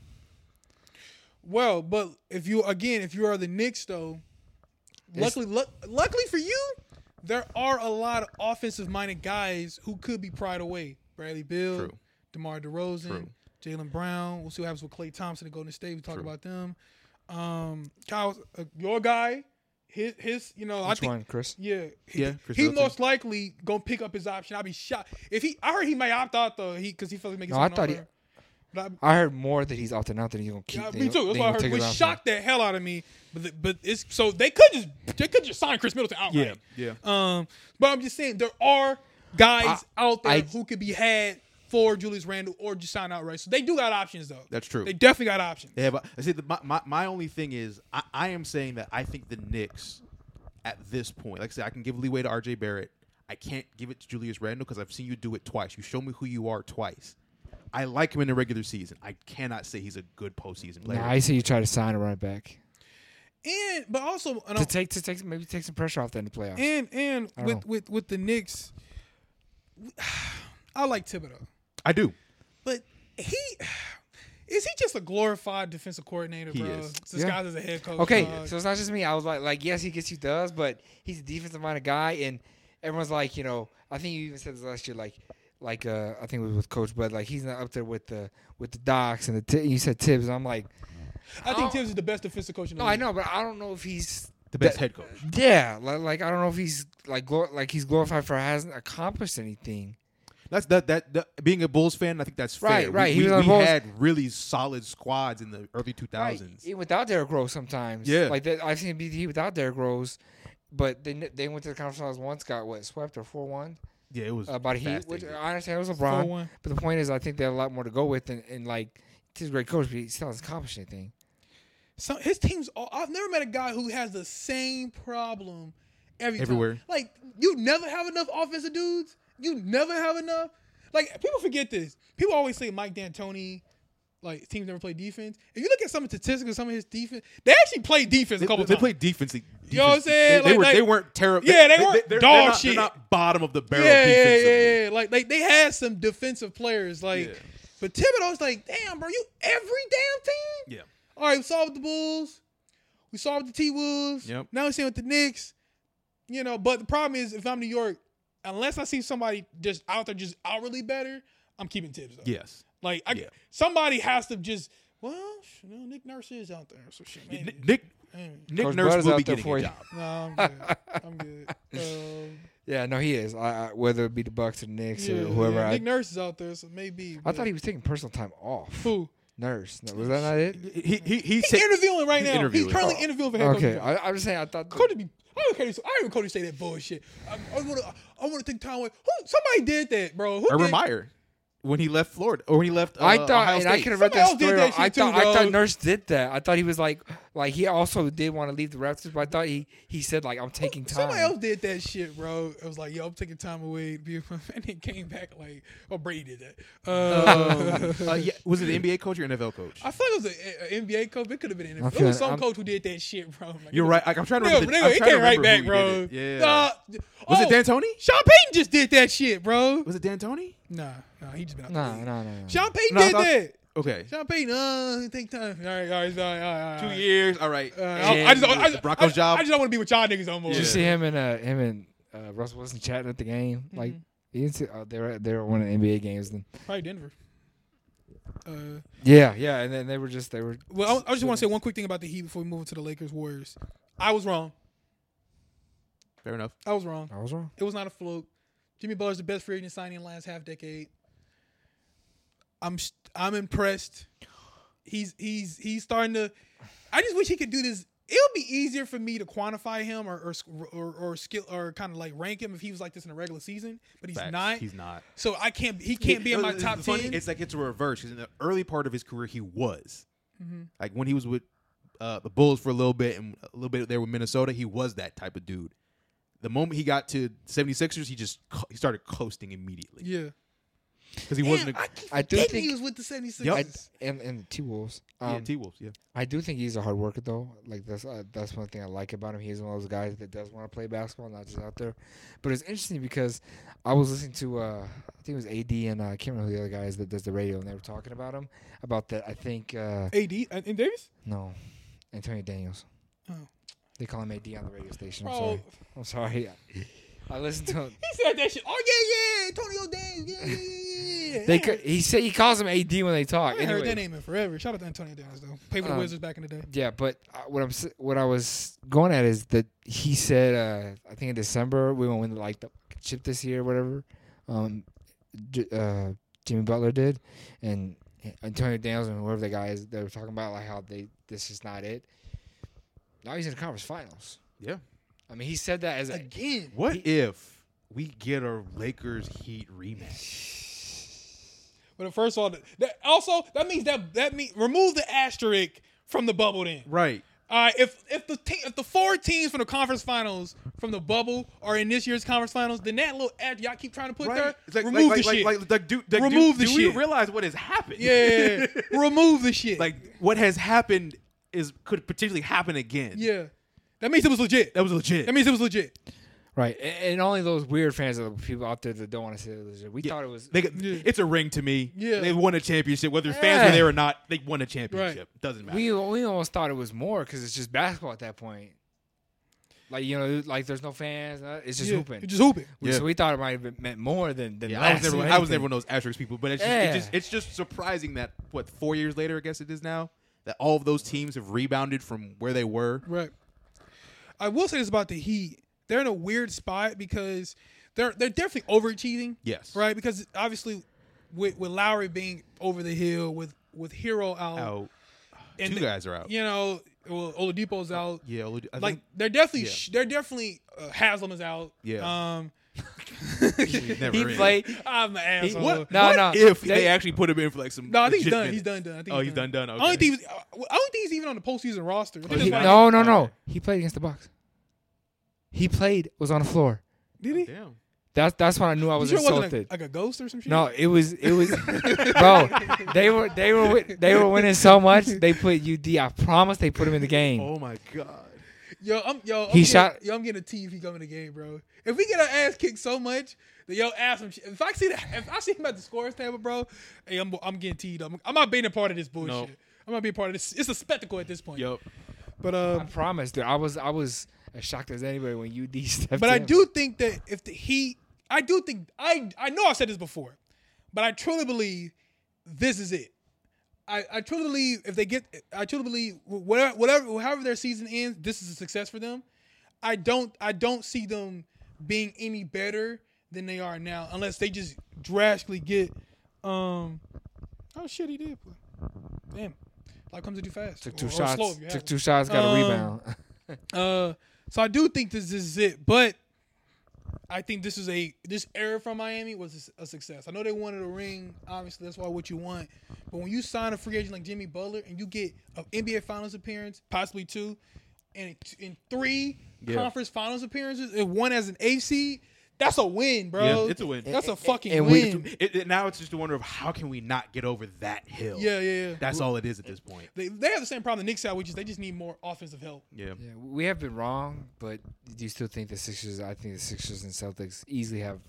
Well, but if you again, if you are the Knicks, though, It's- luckily, luck luckily for you, there are a lot of offensive-minded guys who could be pried away. Bradley Bill, True. DeMar DeRozan, Jalen Brown. We'll see what happens with Clay Thompson and Golden State. We talk about them. Um, Kyle, uh, your guy, his his, you know, I Which think one, Chris? Yeah, he, Yeah, Chris he Middleton. most likely gonna pick up his option. I'd be shocked if he. I heard he might opt out though. He because he feels like making. No, I something thought he- offer. But I, I heard more that he's opting out than he's gonna keep. yeah, than me he'll- than too. That's what I he'll heard. take his Which option. shocked the hell out of me. But the, but it's so they could just they could just sign Chris Middleton outright. Yeah, Um, but I'm just saying there are guys out there I- who could be had for Julius Randle or just sign outright. So they do got options though. that's true. They They, definitely got options. have. I see. The, my, my my only thing is I, I am saying that I think the Knicks at this point, like I said, I can give leeway to R.J. Barrett. I can't give it to Julius Randle because I've seen you do it twice. You show me who you are twice. I like him in the regular season. I cannot say he's a good postseason player. Nah, I say you try to sign a running back. and but also to and I'm- take to take maybe take some pressure off them in the playoffs. and and I don't with, know. with with the Knicks, I like Thibodeau, I do. but he is he just a glorified defensive coordinator, He bro? is. Disguised Yeah. as a head coach. okay, dog. so it's not just me. I was like, like yes, he gets you does, but he's a defensive minded guy, and everyone's like, you know, I think you even said this last year, like, like uh, I think it was with Coach Bud, like he's not up there with the with the docs and the t- you said Tibbs, and I'm like, I I'll- think Tibbs is the best defensive coach in the oh. no, I league. know, but I don't know if he's The best That- head coach. yeah, like, like I don't know if he's like glor- like he's glorified for hasn't accomplished anything. That's that, that that- being a Bulls fan, I think that's fair. Right, We- right, he We, was on we Bulls. had really solid squads in the early two Right, thousands. e- without Derrick Rose sometimes. Yeah. like that, I've seen BD without Derrick Rose, but they they went to the conference finals once, got what swept or four one. Yeah, it was about Heat, fast which exit. I understand it Uh, was Four LeBron. one. But the point is, I think they have a lot more to go with, and, and like he's a great coach, but he still hasn't accomplished anything. So his teams. All, I've never met a guy who has the same problem every time. Everywhere. Like you never have enough offensive dudes. You never have enough. Like people forget this. People always say Mike D'Antoni. Like teams never play defense. If you look at some of the statistics of some of his defense, they actually play defense They, a couple they times. played defense. defense. You know what I'm saying? They, Like- were, like- they weren't terrible. Yeah, they weren't they're dog not, shit. They're not bottom of the barrel yeah, yeah, defensively. yeah, yeah. Like like they had some defensive players. Like, Yeah. but Thibodeau's like, damn, bro, you every damn team. yeah. All right, we saw with the Bulls. We saw with the T Wolves. Yep. Now we're seeing with the Knicks. You know, but the problem is if I'm New York, unless I see somebody just out there just outwardly better, I'm keeping Tibbs up. Yes. Like I, Yeah. somebody has to just well, sh- well, Nick Nurse is out there, so shit. Man, Nick Nick, Nick Coach Bud Nurse is will out be there getting for a you. job. no, I'm good. I'm good. Um, Yeah, no, he is. I, I, whether it be the Bucks or the Knicks yeah, or whoever, yeah, I, Nick Nurse is out there, so maybe. I thought he was taking personal time off. who Nurse, No, was that not it? He he he's he's ta- interviewing right he's now. interviewing. Oh. He's currently interviewing for head coach. Okay, job. I, I'm just saying. I thought. Cody be. I don't care. I don't even Cody say that bullshit. I, I want to. I want to take time away. Who? Somebody did that, bro. Who Urban did- Meyer when he left Florida or when he left. Uh, I thought, Ohio and I State. could have read Somebody that else did story. that wrong. I shit too, thought, I dog. thought Nurse did that. I thought he was like, like he also did want to leave the Raptors, but I thought he he said like, I'm taking time. Somebody else did that shit, bro. It was like, yo, I'm taking time away. to be with my- And then came back like, oh, Brady did that. Uh, Uh, yeah, was it the NBA coach or NFL coach? I thought it was an NBA coach. It could have been an NFL. It feeling- was some I'm- coach who did that shit, bro. I'm like, You're right. Like, I'm trying to Yeah, remember. the, but I'm they- it trying to came right remember back, who bro. he did it. Yeah. Uh, was oh, it D'Antoni? Sean Payton just did that shit, bro. Was it D'Antoni? Nah, nah, he just been out. No, the league. no, no, no. Sean Payton No, I did thought- that. Okay. Sean Payton, uh, take time. All right, all right, all right, all right. Two years. All right. Uh, I, And I just, I, the just- Broncos I, job. I just don't want to be with y'all niggas no more. Did you Yeah. see him and uh, him and uh, Russell Wilson chatting at the game? Mm-hmm. Like you didn't see, uh, they were they were at one of the NBA games. Then Probably Denver. Uh, yeah, yeah, and then they were just they were. well, I, I just want to say one quick thing about the Heat before we move into the Lakers Warriors. I was wrong. Fair enough. I was wrong. I was wrong. It was not a fluke. Jimmy Butler's the best free agent signing in the last half decade. I'm sh- I'm impressed. He's he's he's starting to. I just wish he could do this. It would be easier for me to quantify him or or s- or, or skill or kind of like rank him if he was like this in the regular season, but he's Facts. not. He's not. so I can't. He can't be in my It's top funny- ten. It's like it's a reverse because in the early part of his career he was, Mm-hmm. like when he was with uh, the Bulls for a little bit and a little bit there with Minnesota, he was that type of dude. The moment he got to 76ers, he just co- he started coasting immediately Yeah. because he wasn't. A, I do Didn't think he was with the 76ers. Yup. I, and and the T Wolves. Um, yeah, T Wolves. Yeah, I do think he's a hard worker though. Like that's uh, that's one thing I like about him. He's one of those guys that does want to play basketball, not just out there. But it's interesting because I was listening to uh, I think it was AD and uh, I can't remember who the other guys that does the radio, and they were talking about him about that. I think uh, AD and and Davis? no, Antonio Daniels. Oh. They call him AD on the radio station. I'm Bro, sorry. I'm sorry. I listened to him. Oh, he said that shit. Oh, yeah, yeah. Antonio Davis. Yeah, yeah, yeah, yeah, yeah. They could. ca- he said he calls him AD when they I talk. ain't heard that Anyway, name in forever. Shout out to Antonio Davis, though. Played for the Um, Wizards back in the day. yeah, but uh, what I'm s- what I was going at is that he said uh, I think in December we won't win like the chip this year or whatever. Um, J- uh, Jimmy Butler did, and uh, Antonio Daniels and whoever the guy is they were talking about like how they this is not it. Now he's in the conference finals. yeah. I mean, he said that as a Again. What if we get a Lakers Heat rematch? But first of all, that, also, that means that that mean remove the asterisk from the bubble then. Right. All right, if if the te- if the four teams from the conference finals from the bubble are in this year's conference finals, then that little asterisk y'all keep trying to put there, Right. It's like, remove like, the like, shit. Like, like, like, do, like, Remove do, the Do shit. we realize what has happened? yeah, yeah, yeah. remove the shit. like what has happened is could potentially happen again. Yeah, that means it was legit. That was legit. That means it was legit. Right, a- and, only those weird fans are the people out there that don't want to see it. legit. We Yeah. thought it was. They got- It's a ring to me. Yeah. They won a championship. Whether fans Yeah. were there or not, they won a championship. Doesn't matter. we we almost thought it was more because it's just basketball at that point. Like you know, like there's no fans. uh, It's just yeah. hooping. You're just hooping. We- Yeah. So we thought it might have meant more than than yeah, I last was never or I was anything. never one of those asterisk people, but it's just, Yeah. it's just it's just surprising that what four years later I guess it is now that all of those teams have rebounded from where they were. Right. I will say this about the Heat. They're in a weird spot because they're they're definitely overachieving. Yes. Right? Because obviously with with Lowry being over the hill, with with Hero out, Out. and Oh, Two the- guys are out. you know, well, Oladipo's out. Yeah, Olad- I Like think they're definitely yeah. sh- they're definitely uh, Haslam is out. Yeah. Um he's never He in. played. I'm an He- asshole. What, No, what no. if they, They- actually put him in for like some? No, I think legit he's done. minutes? He's done. Done. I think Oh, he's done. Done. I don't okay. Oh, think he was, uh, I don't think he's even on the postseason roster. I think he- that's why- No, no, no. Okay. He played against the Bucks. He played was on the floor. Did he? Damn. That's that's when I knew I You was sure it wasn't insulted. a, like a ghost or some shit? no, it was it was, bro. They were they were wi- they were winning so much. They put UD. I promise they put him in the game. Oh my god. Yo, I'm yo. I'm He getting, shot- Yo, I'm getting a T if he come in the game, bro. If we get our ass kicked so much that yo ass him. If I see that, if I see him at the scores table, bro, hey, I'm I'm getting teed up. I'm not being a part of this bullshit. No. I'm not being a part of this. It's a spectacle at this point. Yep. But I um, promise, dude. I was I was as shocked as anybody when UD stepped. but I in. do think that if the Heat, I do think I I know I've said this before, but I truly believe this is it. I, I truly believe if they get, I truly believe whatever, whatever, however their season ends, this is a success for them. I don't, I don't see them being any better than they are now, unless they just drastically get. um Oh shit, he did. play. Damn, life comes at you fast. took two Or- or slow shots. if you have took it. two shots. Got Um, a rebound. Uh, so I do think this, is it, but I think this is a this era from Miami was a success. I know they wanted a ring, obviously that's why what you want. But when you sign a free agent like Jimmy Butler and you get an NBA Finals appearance, possibly two, and in three Yeah. conference Finals appearances, and one as an A seed, that's a win, bro. Yeah, it's a win. That's a And- fucking and we- win. It, it, now it's just a wonder of how can we not get over that hill? yeah, yeah, yeah. That's all it is at this point. They, they have the same problem the Knicks have, which is they just need more offensive help. Yeah. yeah, we have been wrong, but do you still think the Sixers? I think the Sixers and Celtics easily have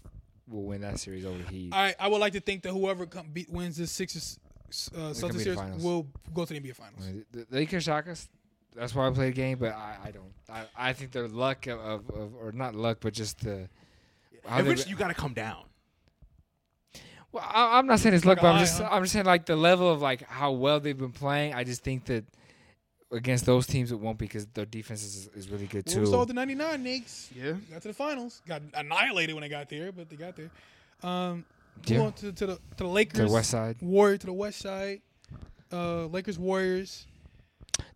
will win that series over the Heat. I I would like to think that whoever come, beat, wins this Sixers uh, be Celtics the series finals. will go to the NBA Finals. Th- th- They can shock us. That's why I play the game, but I, I don't. I, I think their luck of, of, of or not luck, but just the. how they- Eventually, you got to come down. well, I, I'm not saying it's luck, Like a but I'm high, just huh? I'm just saying like the level of like how well they've been playing. I just think that against those teams it won't because their defense is, is really good Well, we saw too. the '99 Knicks. Yeah. Got to the finals. Got annihilated when they got there, but they got there. Um, Yeah. Going to, to the to the Lakers. To the West Side. Warrior to the West Side. Uh, Lakers Warriors.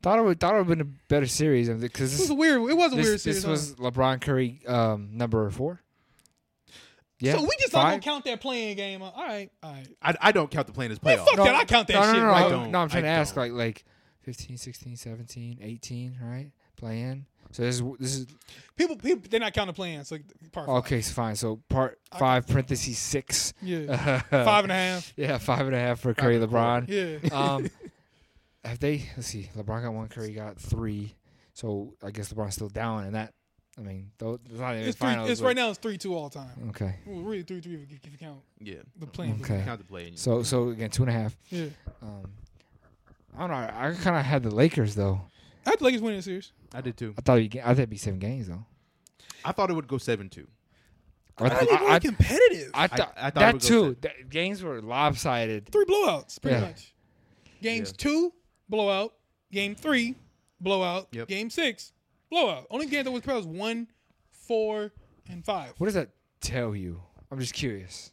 Thought it would thought it would have been a better series because It was a weird. It was a this, weird this series. huh? was LeBron Curry um, number four. Yeah, so we just not gonna five. count that playing game. huh? All right, all right. I, I don't count the play in as Man, playoff. fuck that. I count that no, shit. No, no, bro. I I don't. no, I'm trying I to ask don't. like like 15, 16, 17, 18, right? Play in. So this is this is People, people, they're not counting playing. So part five. okay. So fine. So part I- five parentheses six. Yeah, five five and a half. Yeah, five and a half for Curry and a LeBron. Yeah. Um, have they? Let's see. LeBron got one. Curry got three. So I guess LeBron's still down. And that, I mean, though it's not even It's three. finals. It's right now. It's three two all time. now. Okay. Well, really three three if you, if you count Yeah. the playing. Okay. Count the play in. So so again, two and a half. Yeah, Um, I don't know. I kind of had the Lakers though. I had the Lakers winning the series. I did too. I thought it'd, get- I thought it'd be seven games though. I thought it would go seven two. I, Not th- even I, I, competitive. I, thought I thought it that would go too. The games were lopsided. Three blowouts, pretty Yeah. much. Games Yeah. two, blowout. Game three, blowout. Yep. Game six, blowout. Only game that was competitive was one, four, and five. What does that tell you? I'm just curious.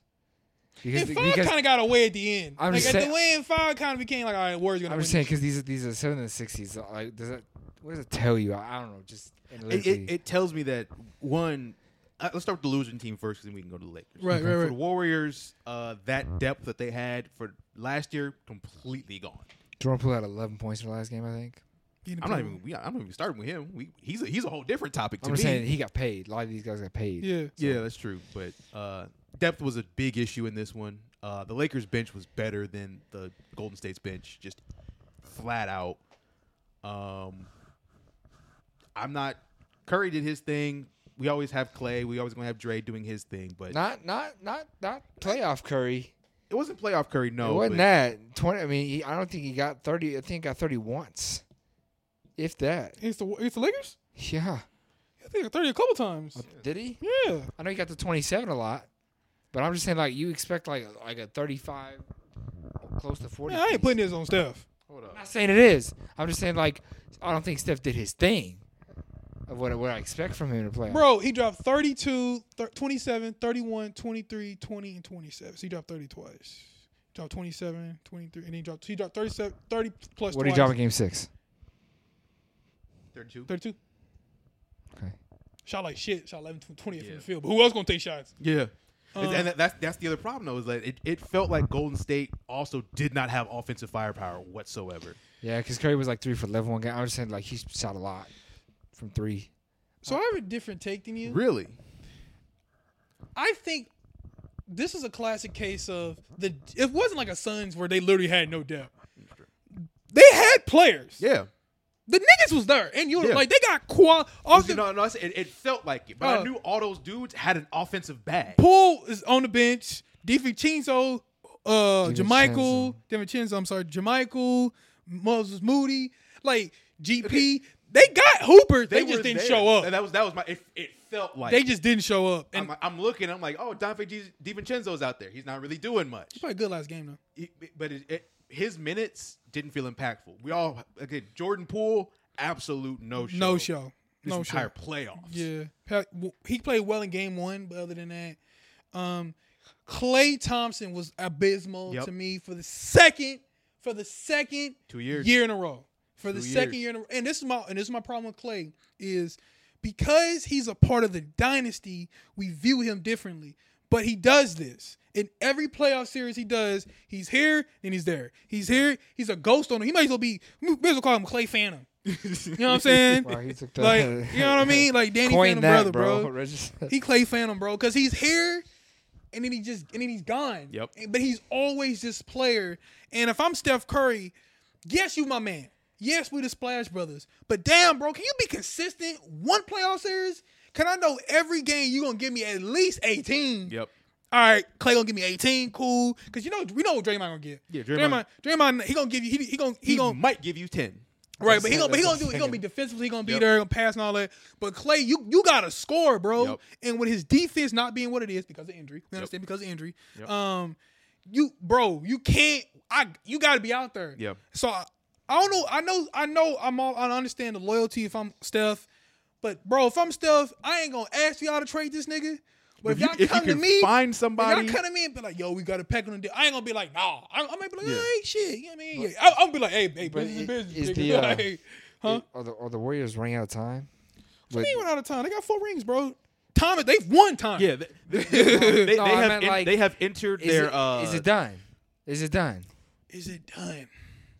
Because, And five because kind of got away at the end. I'm like just at saying- the end, five kind of became like, all right, Warriors gonna I'm win. just saying because these are these are seven and sixties. So like, does that what does it tell you? I, I don't know. Just It, analytically. it, it tells me that one. Uh, let's start with the losing team first, and then we can go to the Lakers. Right, right, For right. the Warriors, uh, that depth that they had for last year completely gone. Jordan Poole had 11 points in the last game. I think. He didn't I'm not play. even. We, I'm not even starting with him. We, he's a, he's a whole different topic to I'm me. just saying he got paid. A lot of these guys got paid. Yeah. Yeah, that's true. But uh, depth was a big issue in this one. Uh, the Lakers bench was better than the Golden State's bench, just flat out. Um, I'm not. Curry did his thing. We always have Clay. We always gonna have Dre doing his thing, but Not not not not playoff Curry. it wasn't playoff Curry. No, it wasn't but- that twenty. I mean, he, I don't think he got thirty. I think he got thirty once, if that. It's the it's the Lakers. Yeah. I think thirty a couple times. Did he? Yeah, I know he got the twenty-seven a lot, but I'm just saying like you expect like like a thirty-five, close to forty. Man, I ain't piece. putting this on Steph. Hold I'm up. not saying it is. I'm just saying like I don't think Steph did his thing of what what I expect from him in the playoffs. Bro, he dropped 32, thir- 27, 31, 23, 20, and 27. So he dropped 30 twice. He dropped 27, 23, and he dropped, he dropped 37, 30 plus what did twice. he drop in game six? 32. 32. Okay. Shot like shit. Shot 11, 20 from Yeah. the field. But who else going to take shots? Yeah. Uh, and that, that's that's the other problem though is that it, it felt like Golden State also did not have offensive firepower whatsoever. Yeah, because Curry was like three for eleven one game. I'm just saying like he shot a lot from three. So I have a different take than you. Really? I think this is a classic case of the. It wasn't like a Suns where they literally had no depth. They had players. Yeah. The niggas was there, and you Yeah. like they got qual. Off the No, no, I said it, it felt like it, but Uh, I knew all those dudes had an offensive bag. Poole is on the bench. DiVincenzo, uh, Jamichael, DiVincenzo. DiVincenzo, I'm sorry, Jamichael, Moses Moody, like GP. They got hoopers. They, just were didn't there. show up. And that was that was my. It, it felt like they just didn't show up. And I'm, I'm looking. I'm like, oh, Dante Di- Divincenzo's out there. He's not really doing much. probably a good last game though. He- but it, it, his minutes didn't feel impactful. We all okay. Jordan Poole, absolute no show. No show. This no entire show. playoffs. Yeah, Pa- w- he played well in game one, but other than that, um, Clay Thompson was abysmal Yep. to me for the second for the second Two years. year in a row for the Two second years. year in a row. And this is my and this is my problem with Clay is because he's a part of the dynasty, we view him differently. But he does this. In every playoff series he does, he's here and he's there. He's here. He's a ghost on him. He might as well be. We might as well call him Clay Phantom. You know what I'm saying? Wow, he took that. like you know what I mean? Like Danny Coin Phantom that, brother, bro. bro. Regis- He Clay Phantom, bro, because he's here, and then he just and then he's gone. Yep. But he's always this player. And if I'm Steph Curry, yes, you my man. Yes, we the Splash Brothers. But damn, bro, can you be consistent one playoff series? Can I know every game you gonna give me at least 18? Yep. All right, Clay gonna give me 18, cool. Cause you know we know what Draymond gonna get. Yeah, Draymond, Draymond- Draymond, he gonna give you. He, he gonna he, He, gonna might give you ten. Right, but he That's- gonna, but he that's gonna what do. I'm He gonna be saying. defensively. He gonna be Yep. there, gonna pass and all that. But Clay, you you gotta score, bro. Yep. And with his defense not being what it is because of injury, we understand because of injury. Yep. Um, you bro, you can't. I you gotta be out there. Yep. So I, I don't know. I know. I know. I'm all. I understand the loyalty if I'm Steph, but bro, if I'm Steph, I ain't gonna ask y'all to trade this nigga. But if, you, y'all if come you to can me, find if somebody, Y'all come to me and be like, yo, we got a peck on the deal. I ain't gonna be like, nah. I, I might be like, Yeah. hey, shit. You know what I mean? Yeah, I, I'm gonna be like, hey, hey, But business is it- business. is nigga. the, uh, Like, huh? Are the, are the Warriors running out of time? With- They ain't went out of time. They got four rings, bro. Thomas, they've won time. yeah, they, they, they- they No, I have meant en- like- they have entered is, their it, uh, is it done? Is it done? Is it done?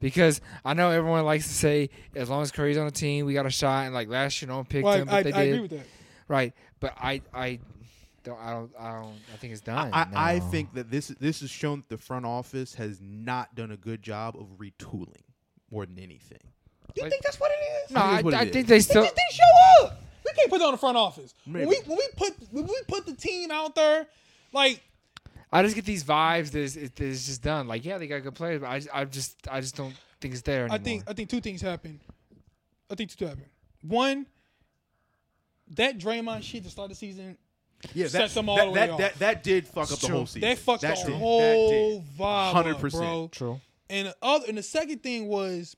Because I know everyone likes to say as long as Curry's on the team, we got a shot. And like last year, no one picked Well, him, but I, I, they I did. agree with that. right, but I, I don't, I don't, I don't. I think it's done. I, I now. think that this this has shown that the front office has not done a good job of retooling more than anything. You Like- think that's what it is? No, I, I think it's what I it think is. they They still. just didn't show up. We can't put that on the front office. When we Maybe. when we put when we put the team out there, like I just get these vibes that it's, it- that it's just done. Like yeah, they got good players, but I, I just, I just don't think it's there anymore. I think uh, I think two things happen. I think two happened. One, that Draymond shit to start the season Yeah, Set them all that, the way that, off. that that did fuck up the whole true. season. They fucked that the did. whole That did. vibe, hundred 100%. percent, bro. true. And the other, and the second thing was,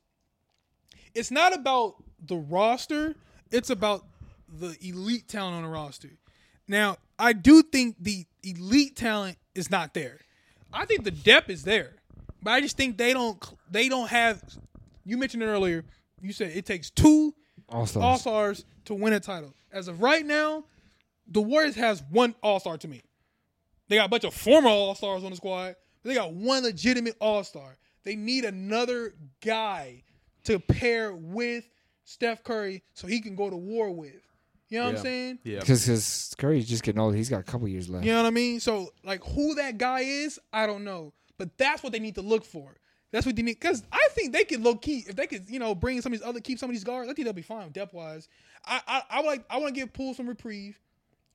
it's not about the roster; it's about the elite talent on the roster. Now, I do think the elite talent is not there. I think the depth is there, but I just think they don't they don't have. You mentioned it earlier. You said it takes two Also, all stars to win a title. As of right now, the Warriors has one all star to me. They got a bunch of former all stars on the squad. They got one legitimate all star. They need another guy to pair with Steph Curry so he can go to war with. You know what I'm Yeah. saying? Yeah, because because Curry's just getting old. He's got a couple years left. You know what I mean? So like who that guy is, I don't know. But that's what they need to look for. That's what they need. Because I think they could low key if they could, you know, bring some of these other keep some of these guards. I think they'll be fine depth wise. I I, I would like I want to give Poole some reprieve.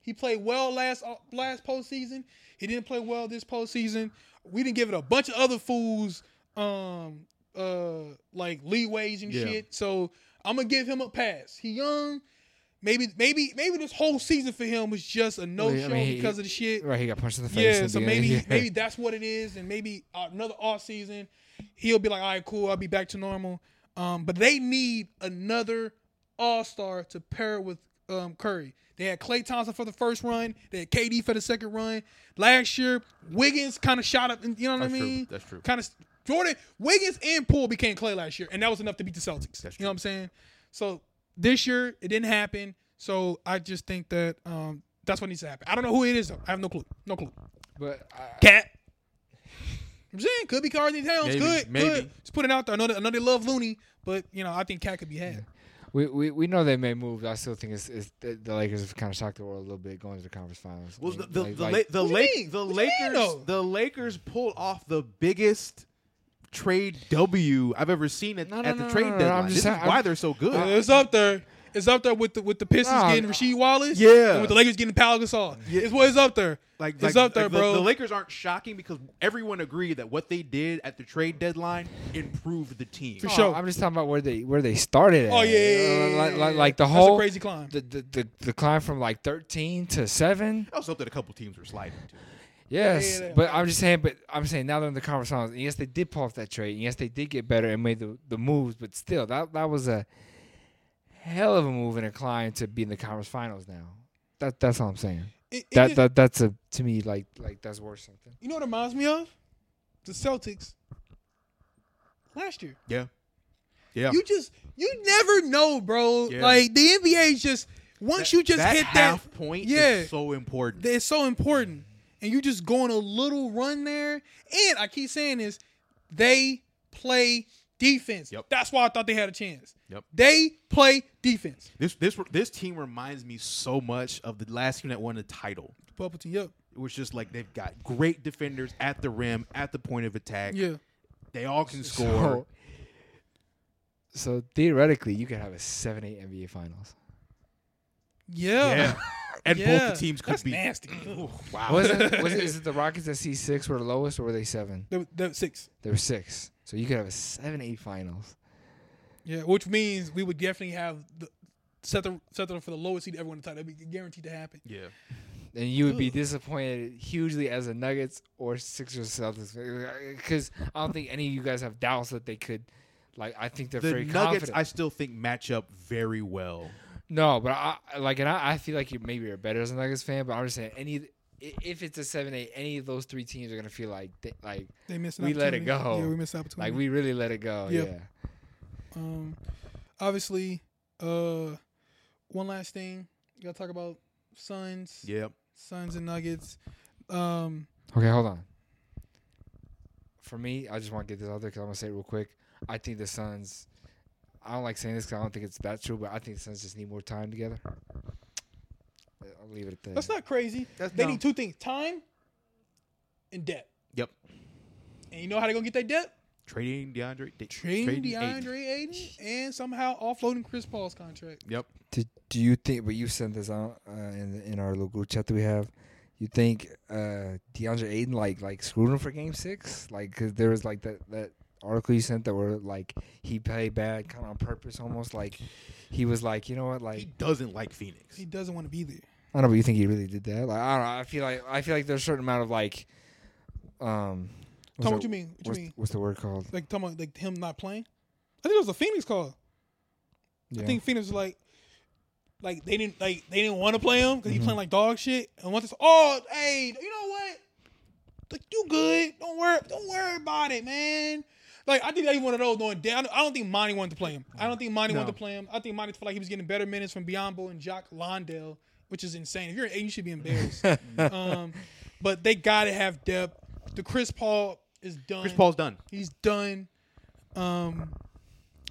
He played well last uh, last postseason. He didn't play well this postseason. We didn't give it a bunch of other fools, um, uh, like leeways and Yeah. shit. So I'm gonna give him a pass. He young. Maybe maybe maybe this whole season for him was just a no Well, show I mean, he- because of the shit. Right, he got punched in the face. Yeah, at so the maybe end. Yeah. maybe that's what it is, and maybe another off season, he'll be like, "All right, cool, I'll be back to normal." Um, but they need another All Star to pair with um, Curry. They had Klay Thompson for the first run. They had KD for the second run. Last year, Wiggins kind of shot up. You know what That's I true. mean? That's true. Kind of Jordan Wiggins and Poole became Clay last year, and that was enough to beat the Celtics. That's you know what I'm saying? So this year it didn't happen. So I just think that um, that's what needs to happen. I don't know who it is though. I have no clue. No clue. But I, Cat. I'm saying could be Carly Towns. Maybe, could maybe. could. Just put it out there. I know, they, I know they love Looney, but you know I think Cat could be had. we, we we know they made moves. I still think it's, it's the, the Lakers have kind of shocked the world a little bit going to the conference finals. I Well, the mean, the like- like- the, La- the, What do you La- mean? the What do you Lakers mean, though? the Lakers pulled off the biggest trade W I've ever seen at, No, no, at the no, trade no, no, no, I'm deadline. just this saying- is I'm- why they're so good. Uh, it's up there. It's up there with the with the Pistons Nah, getting nah. Rasheed Wallace. Yeah. And with the Lakers getting Pau Gasol. Yeah. It's what is up there. like, it's like- up there, like bro. The, the Lakers aren't shocking because everyone agreed that what they did at the trade deadline improved the team. For No, sure. I'm just talking about where they where they started. Oh at. yeah, yeah, yeah, Uh, yeah, like, yeah, like yeah. like the That's whole a crazy climb. the, the the the climb from like 13 to seven. I also hope that a couple teams were sliding too. Yes, yeah, yeah. but I'm just saying. But I'm saying now they're in the conference finals. And yes, they did pull off that trade. And yes, they did get better and made the, the moves. But still, that that was a hell of a move and a climb to be in the conference finals. Now, that that's all I'm saying. It- it That just- that that's a to me like like that's worth something. You know what it reminds me of? The Celtics last year. Yeah, yeah. You just you never know, bro. Yeah. Like the NBA is just once you just that hit half that point yeah. is so important. it's so important. And you just go on a little run there. And I keep saying this, they play defense. Yep. That's why I thought they had a chance. Yep. They play defense. This this this team reminds me so much of the last team that won the title. Bubble team, yep. It was just like they've got great defenders at the rim, at the point of attack. Yeah. They all can score. So, so theoretically, you could have a seven eight NBA finals. Yeah. Yeah. And Yeah. both the teams could That's be nasty. wow. Was it, was it, is it the Rockets at C six were the lowest, or were they seven? They were- they were six. They were six. So you could have a seven eight finals. Yeah, which means we would definitely have the set the set the for the lowest seed ever won the title. That'd be guaranteed to happen. Yeah. and you would be Ugh. disappointed hugely as a Nuggets or Sixers Celtics because I don't think any of you guys have doubts that they could. Like I think they're The very Nuggets confident. I still think match up very well. no, but I like and I, I feel like you maybe you're better as a Nuggets fan, but I'm just saying any i- if it's a seven eight, any of those three teams are gonna feel like they, like They missed. We let it opportunity. go. Yeah, we missed the opportunity. like we really let it go. Yep. Mm. Yeah. um, obviously, uh, one last thing you gotta talk about: Suns, Yeah. Suns and Nuggets. Um, Okay, hold on. For me, I just want to get this out there because I'm gonna say it real quick. I think the Suns. I don't like saying this because I don't think it's that true, but I think the Suns just need more time together. I'll leave it at that. that's not crazy. That's they dumb. need two things: time and depth. Yep. And you know how they gonna get that depth? Trading DeAndre. da- Trading, Ayton. DeAndre Aiden. and somehow offloading Chris Paul's contract. Yep. Do, do you think? But you sent this out uh, in the, in our little group chat that we have. You think uh, DeAndre Aiden like like screwed him for Game Six? Like because there was like that that article you sent that were like he played bad kind of on purpose, almost like he was like you know what like He doesn't like Phoenix. He doesn't want to be there. I don't know, but you think he really did that? Like, I don't know. I feel like I feel like there's a certain amount of like, um, what's the- Tom, what you mean? What What's, you mean? what's the word called? Like talking about like him not playing. I think it was a Phoenix call. Yeah. I think Phoenix was like, like they didn't like they didn't want to play him because he playing like dog shit. And once it's oh hey, you know what? Like you good? Don't worry, don't worry about it, man. Like I think that he one of those going down. I don't think Monty wanted to play him. I don't think Monty wanted No. to play him. I think Monty felt like he was getting better minutes from Biombo and Jock Londell, which is insane. If you're an eight, you should be embarrassed. um, but they gotta have depth. The Chris Paul is done. Chris Paul's done. He's done. Um,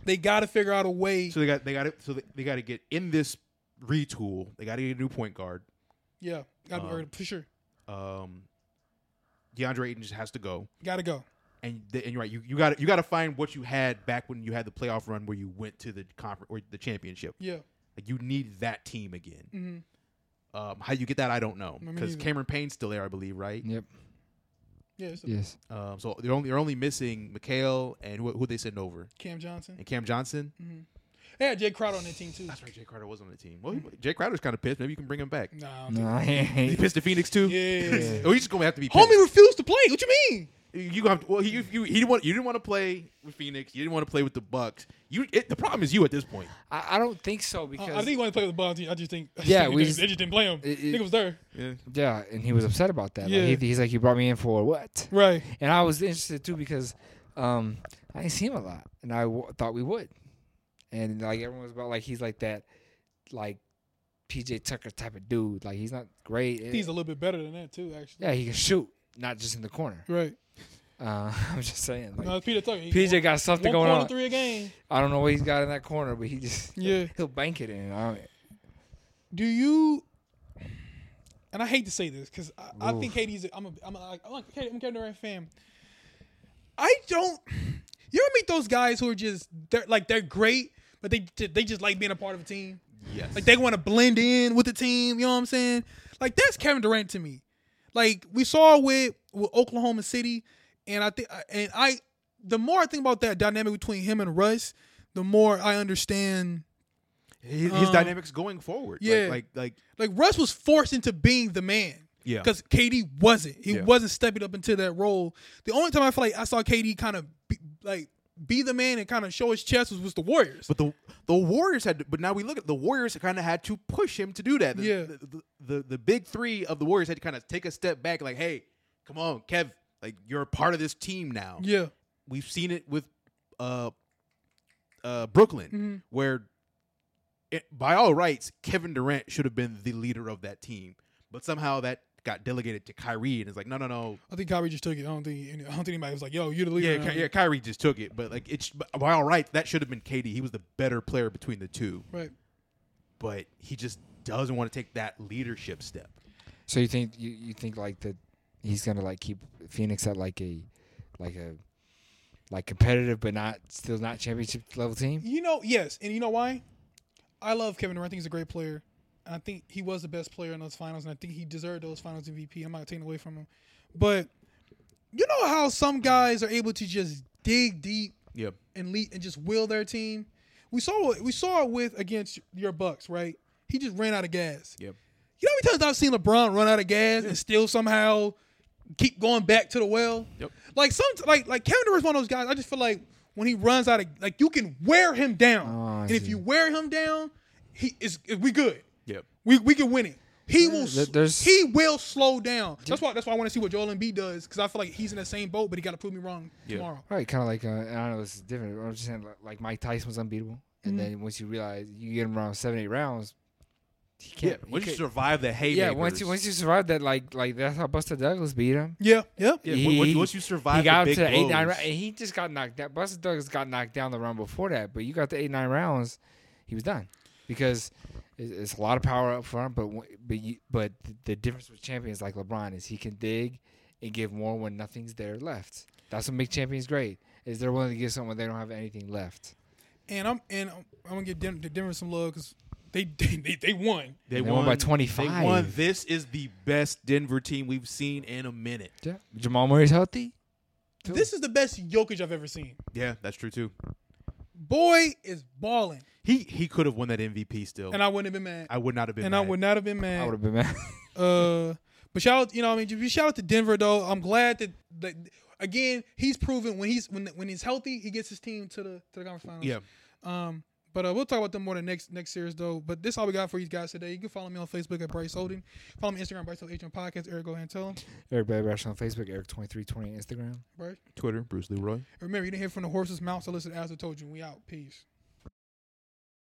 they got to figure out a way. So they got they got it. So they, they got to get in this retool. They got to get a new point guard. yeah, Uh-huh. got to be Um, worried for sure. Um, DeAndre Ayton just has to go. Got to go. and the, and you're right. You you got you got to find what you had back when you had the playoff run where you went to the conference or the championship. Yeah. Like you need that team again. Mm-hmm. Um, how you get that, I don't know, Me because neither. Cameron Payne's still there, I believe, right? Yep. Yeah. It's a- Yes. Um, so they're only they're only missing Mikhail and who who they sent over Cam Johnson. and Cam Johnson. They had Jay Crowder on their team too. That's right, Jay Carter was on the team. Well, he, Jay Crowder's kind of pissed. Maybe you can bring him back. Mm. No. I don't No, think- I He ain't. pissed at Phoenix too. Yeah. Oh, he's just gonna have to be. Pissed. Homie refused to play. What you mean? You gonna have to, well, you, you he didn't want you didn't want to play with Phoenix. You didn't want to play with the Bucks. You it, the problem is you at this point. I, I don't think so Uh, I- because I think he wanted to play with the Bucks. I just think. I just Yeah, think we they, just- they just didn't play him. It- it- Nigga was there. Yeah. yeah, and he was upset about that. Yeah. Like, he, he's like, you brought me in for what? Right. And I was interested too because um, I didn't see him a lot, and I w- thought we would. And like everyone was about, like he's like that, like PJ Tucker type of dude. Like he's not great. He's a little bit better than that too, actually. yeah, he can shoot, not just in the corner. Right. Uh, I'm just saying. Like, No, it's Peter Tucker. He PJ got won- something one going point on. three a game. I don't know what he's got in that corner, but he just Yeah. he'll bank it in. I Do you? And I hate to say this because I, I Oof. think Katie's. I'm a. I'm a, like, I'm a Katie- I'm a Kevin Durant fan. I don't. You ever meet those guys who are just they're like they're great, but they they just like being a part of a team. Yes. Like they want to blend in with the team. You know what I'm saying? Like that's Kevin Durant to me. Like we saw with with Oklahoma City, and I think and I the more I think about that dynamic between him and Russ, the more I understand. his, his Um, dynamics going forward. Like- yeah. Like like, Like Russ was forced into being the man. yeah. Because KD wasn't. He Yeah. wasn't stepping up into that role. The only time I feel like I saw KD kind of be, like be the man and kind of show his chest was with the Warriors. But the the Warriors had, to, but now we look at the Warriors kind of had to push him to do that. The, Yeah. The, the, the the big three of the Warriors had to kind of take a step back, like, hey, come on, Kev, like you're a part of this team now. yeah, We've seen it with uh uh Brooklyn, Mm-hmm. where it, by all rights, Kevin Durant should have been the leader of that team, but somehow that got delegated to Kyrie, and it's like, no, no, no, I think Kyrie just took it. I don't think any- I don't think anybody was like, "Yo, Oh, you're the leader." yeah, now." Ky- yeah, Kyrie just took it, but like it's but by all rights, that should have been KD. He was the better player between the two. right. but he just doesn't want to take that leadership step. So you think you, you think like that he's gonna like keep Phoenix at like a like a like competitive but not still not championship level team? You know, yes, and you know why? I love Kevin Durant. I think he's a great player. And I think he was the best player in those finals, and I think he deserved those finals MVP. I'm not taking away from him, but you know how some guys are able to just dig deep Yeah, and lead and just will their team. We saw it. We saw it with against your Bucks, right? He just ran out of gas. Yep. You know how many times I've seen LeBron run out of gas and still somehow keep going back to the well. Yep. Like some like like Kevin Durant's one of those guys. I just feel like when he runs out of like you can wear him down, Oh, I and if see. you wear him down, he is we good. Yep. We we can win it. He will. there- s- there's- he will slow down. That's why. That's why I want to see what Joel Embiid does because I feel like he's in the same boat, but he got to prove me wrong Yeah. tomorrow. Right, kind of like uh, and I don't know it's different. but I'm just saying like, like Mike Tyson was unbeatable, and Mm-hmm. then once you realize you get him around seven eight rounds, he yeah. can't. he Once you can't- survive the haymakers, yeah, once you once you survive that like like that's how Buster Douglas beat him. Yeah. Yeah. yeah, he- once- once, he- once you survive, he got the up big to the eight nine, blows, round, and he just got knocked down. Buster Douglas got knocked down the round before that, but you got the eight nine rounds, he was done because it's, it's a lot of power up front. But when- but you, but the difference with champions like LeBron is he can dig and give more when nothing's there left. That's what makes champions great. Is they're willing to give someone they don't have anything left. And I'm and I'm, I'm gonna give Den- Denver some love because they, they they they won. They won by 25. They won. This is the best Denver team we've seen in a minute. Yeah. Jamal Murray's healthy. too. This is the best Jokic I've ever seen. Yeah, that's true too. Boy is balling, He he could have won that MVP still. and I wouldn't have been mad. I would not have been. and I mad. would not have been I would have mad. been mad. Uh, but shout out, you know, what I mean, just shout out to Denver though. I'm glad that that again he's proven when he's when when he's healthy, he gets his team to the to the conference finals. Yeah. Um, but uh, we'll talk about them more in the next next series though. But this is all we got for you guys today. You can follow me on Facebook at Bryce Holden. Follow me on Instagram Bryce Holden Podcast. Eric go ahead and tell him. Eric Bad Rash on Facebook. Eric twenty three twenty Instagram. Bryce. Twitter, Bruce Leroy. Remember, you didn't hear from the horse's mouth, so listen as I told you. We out. Peace.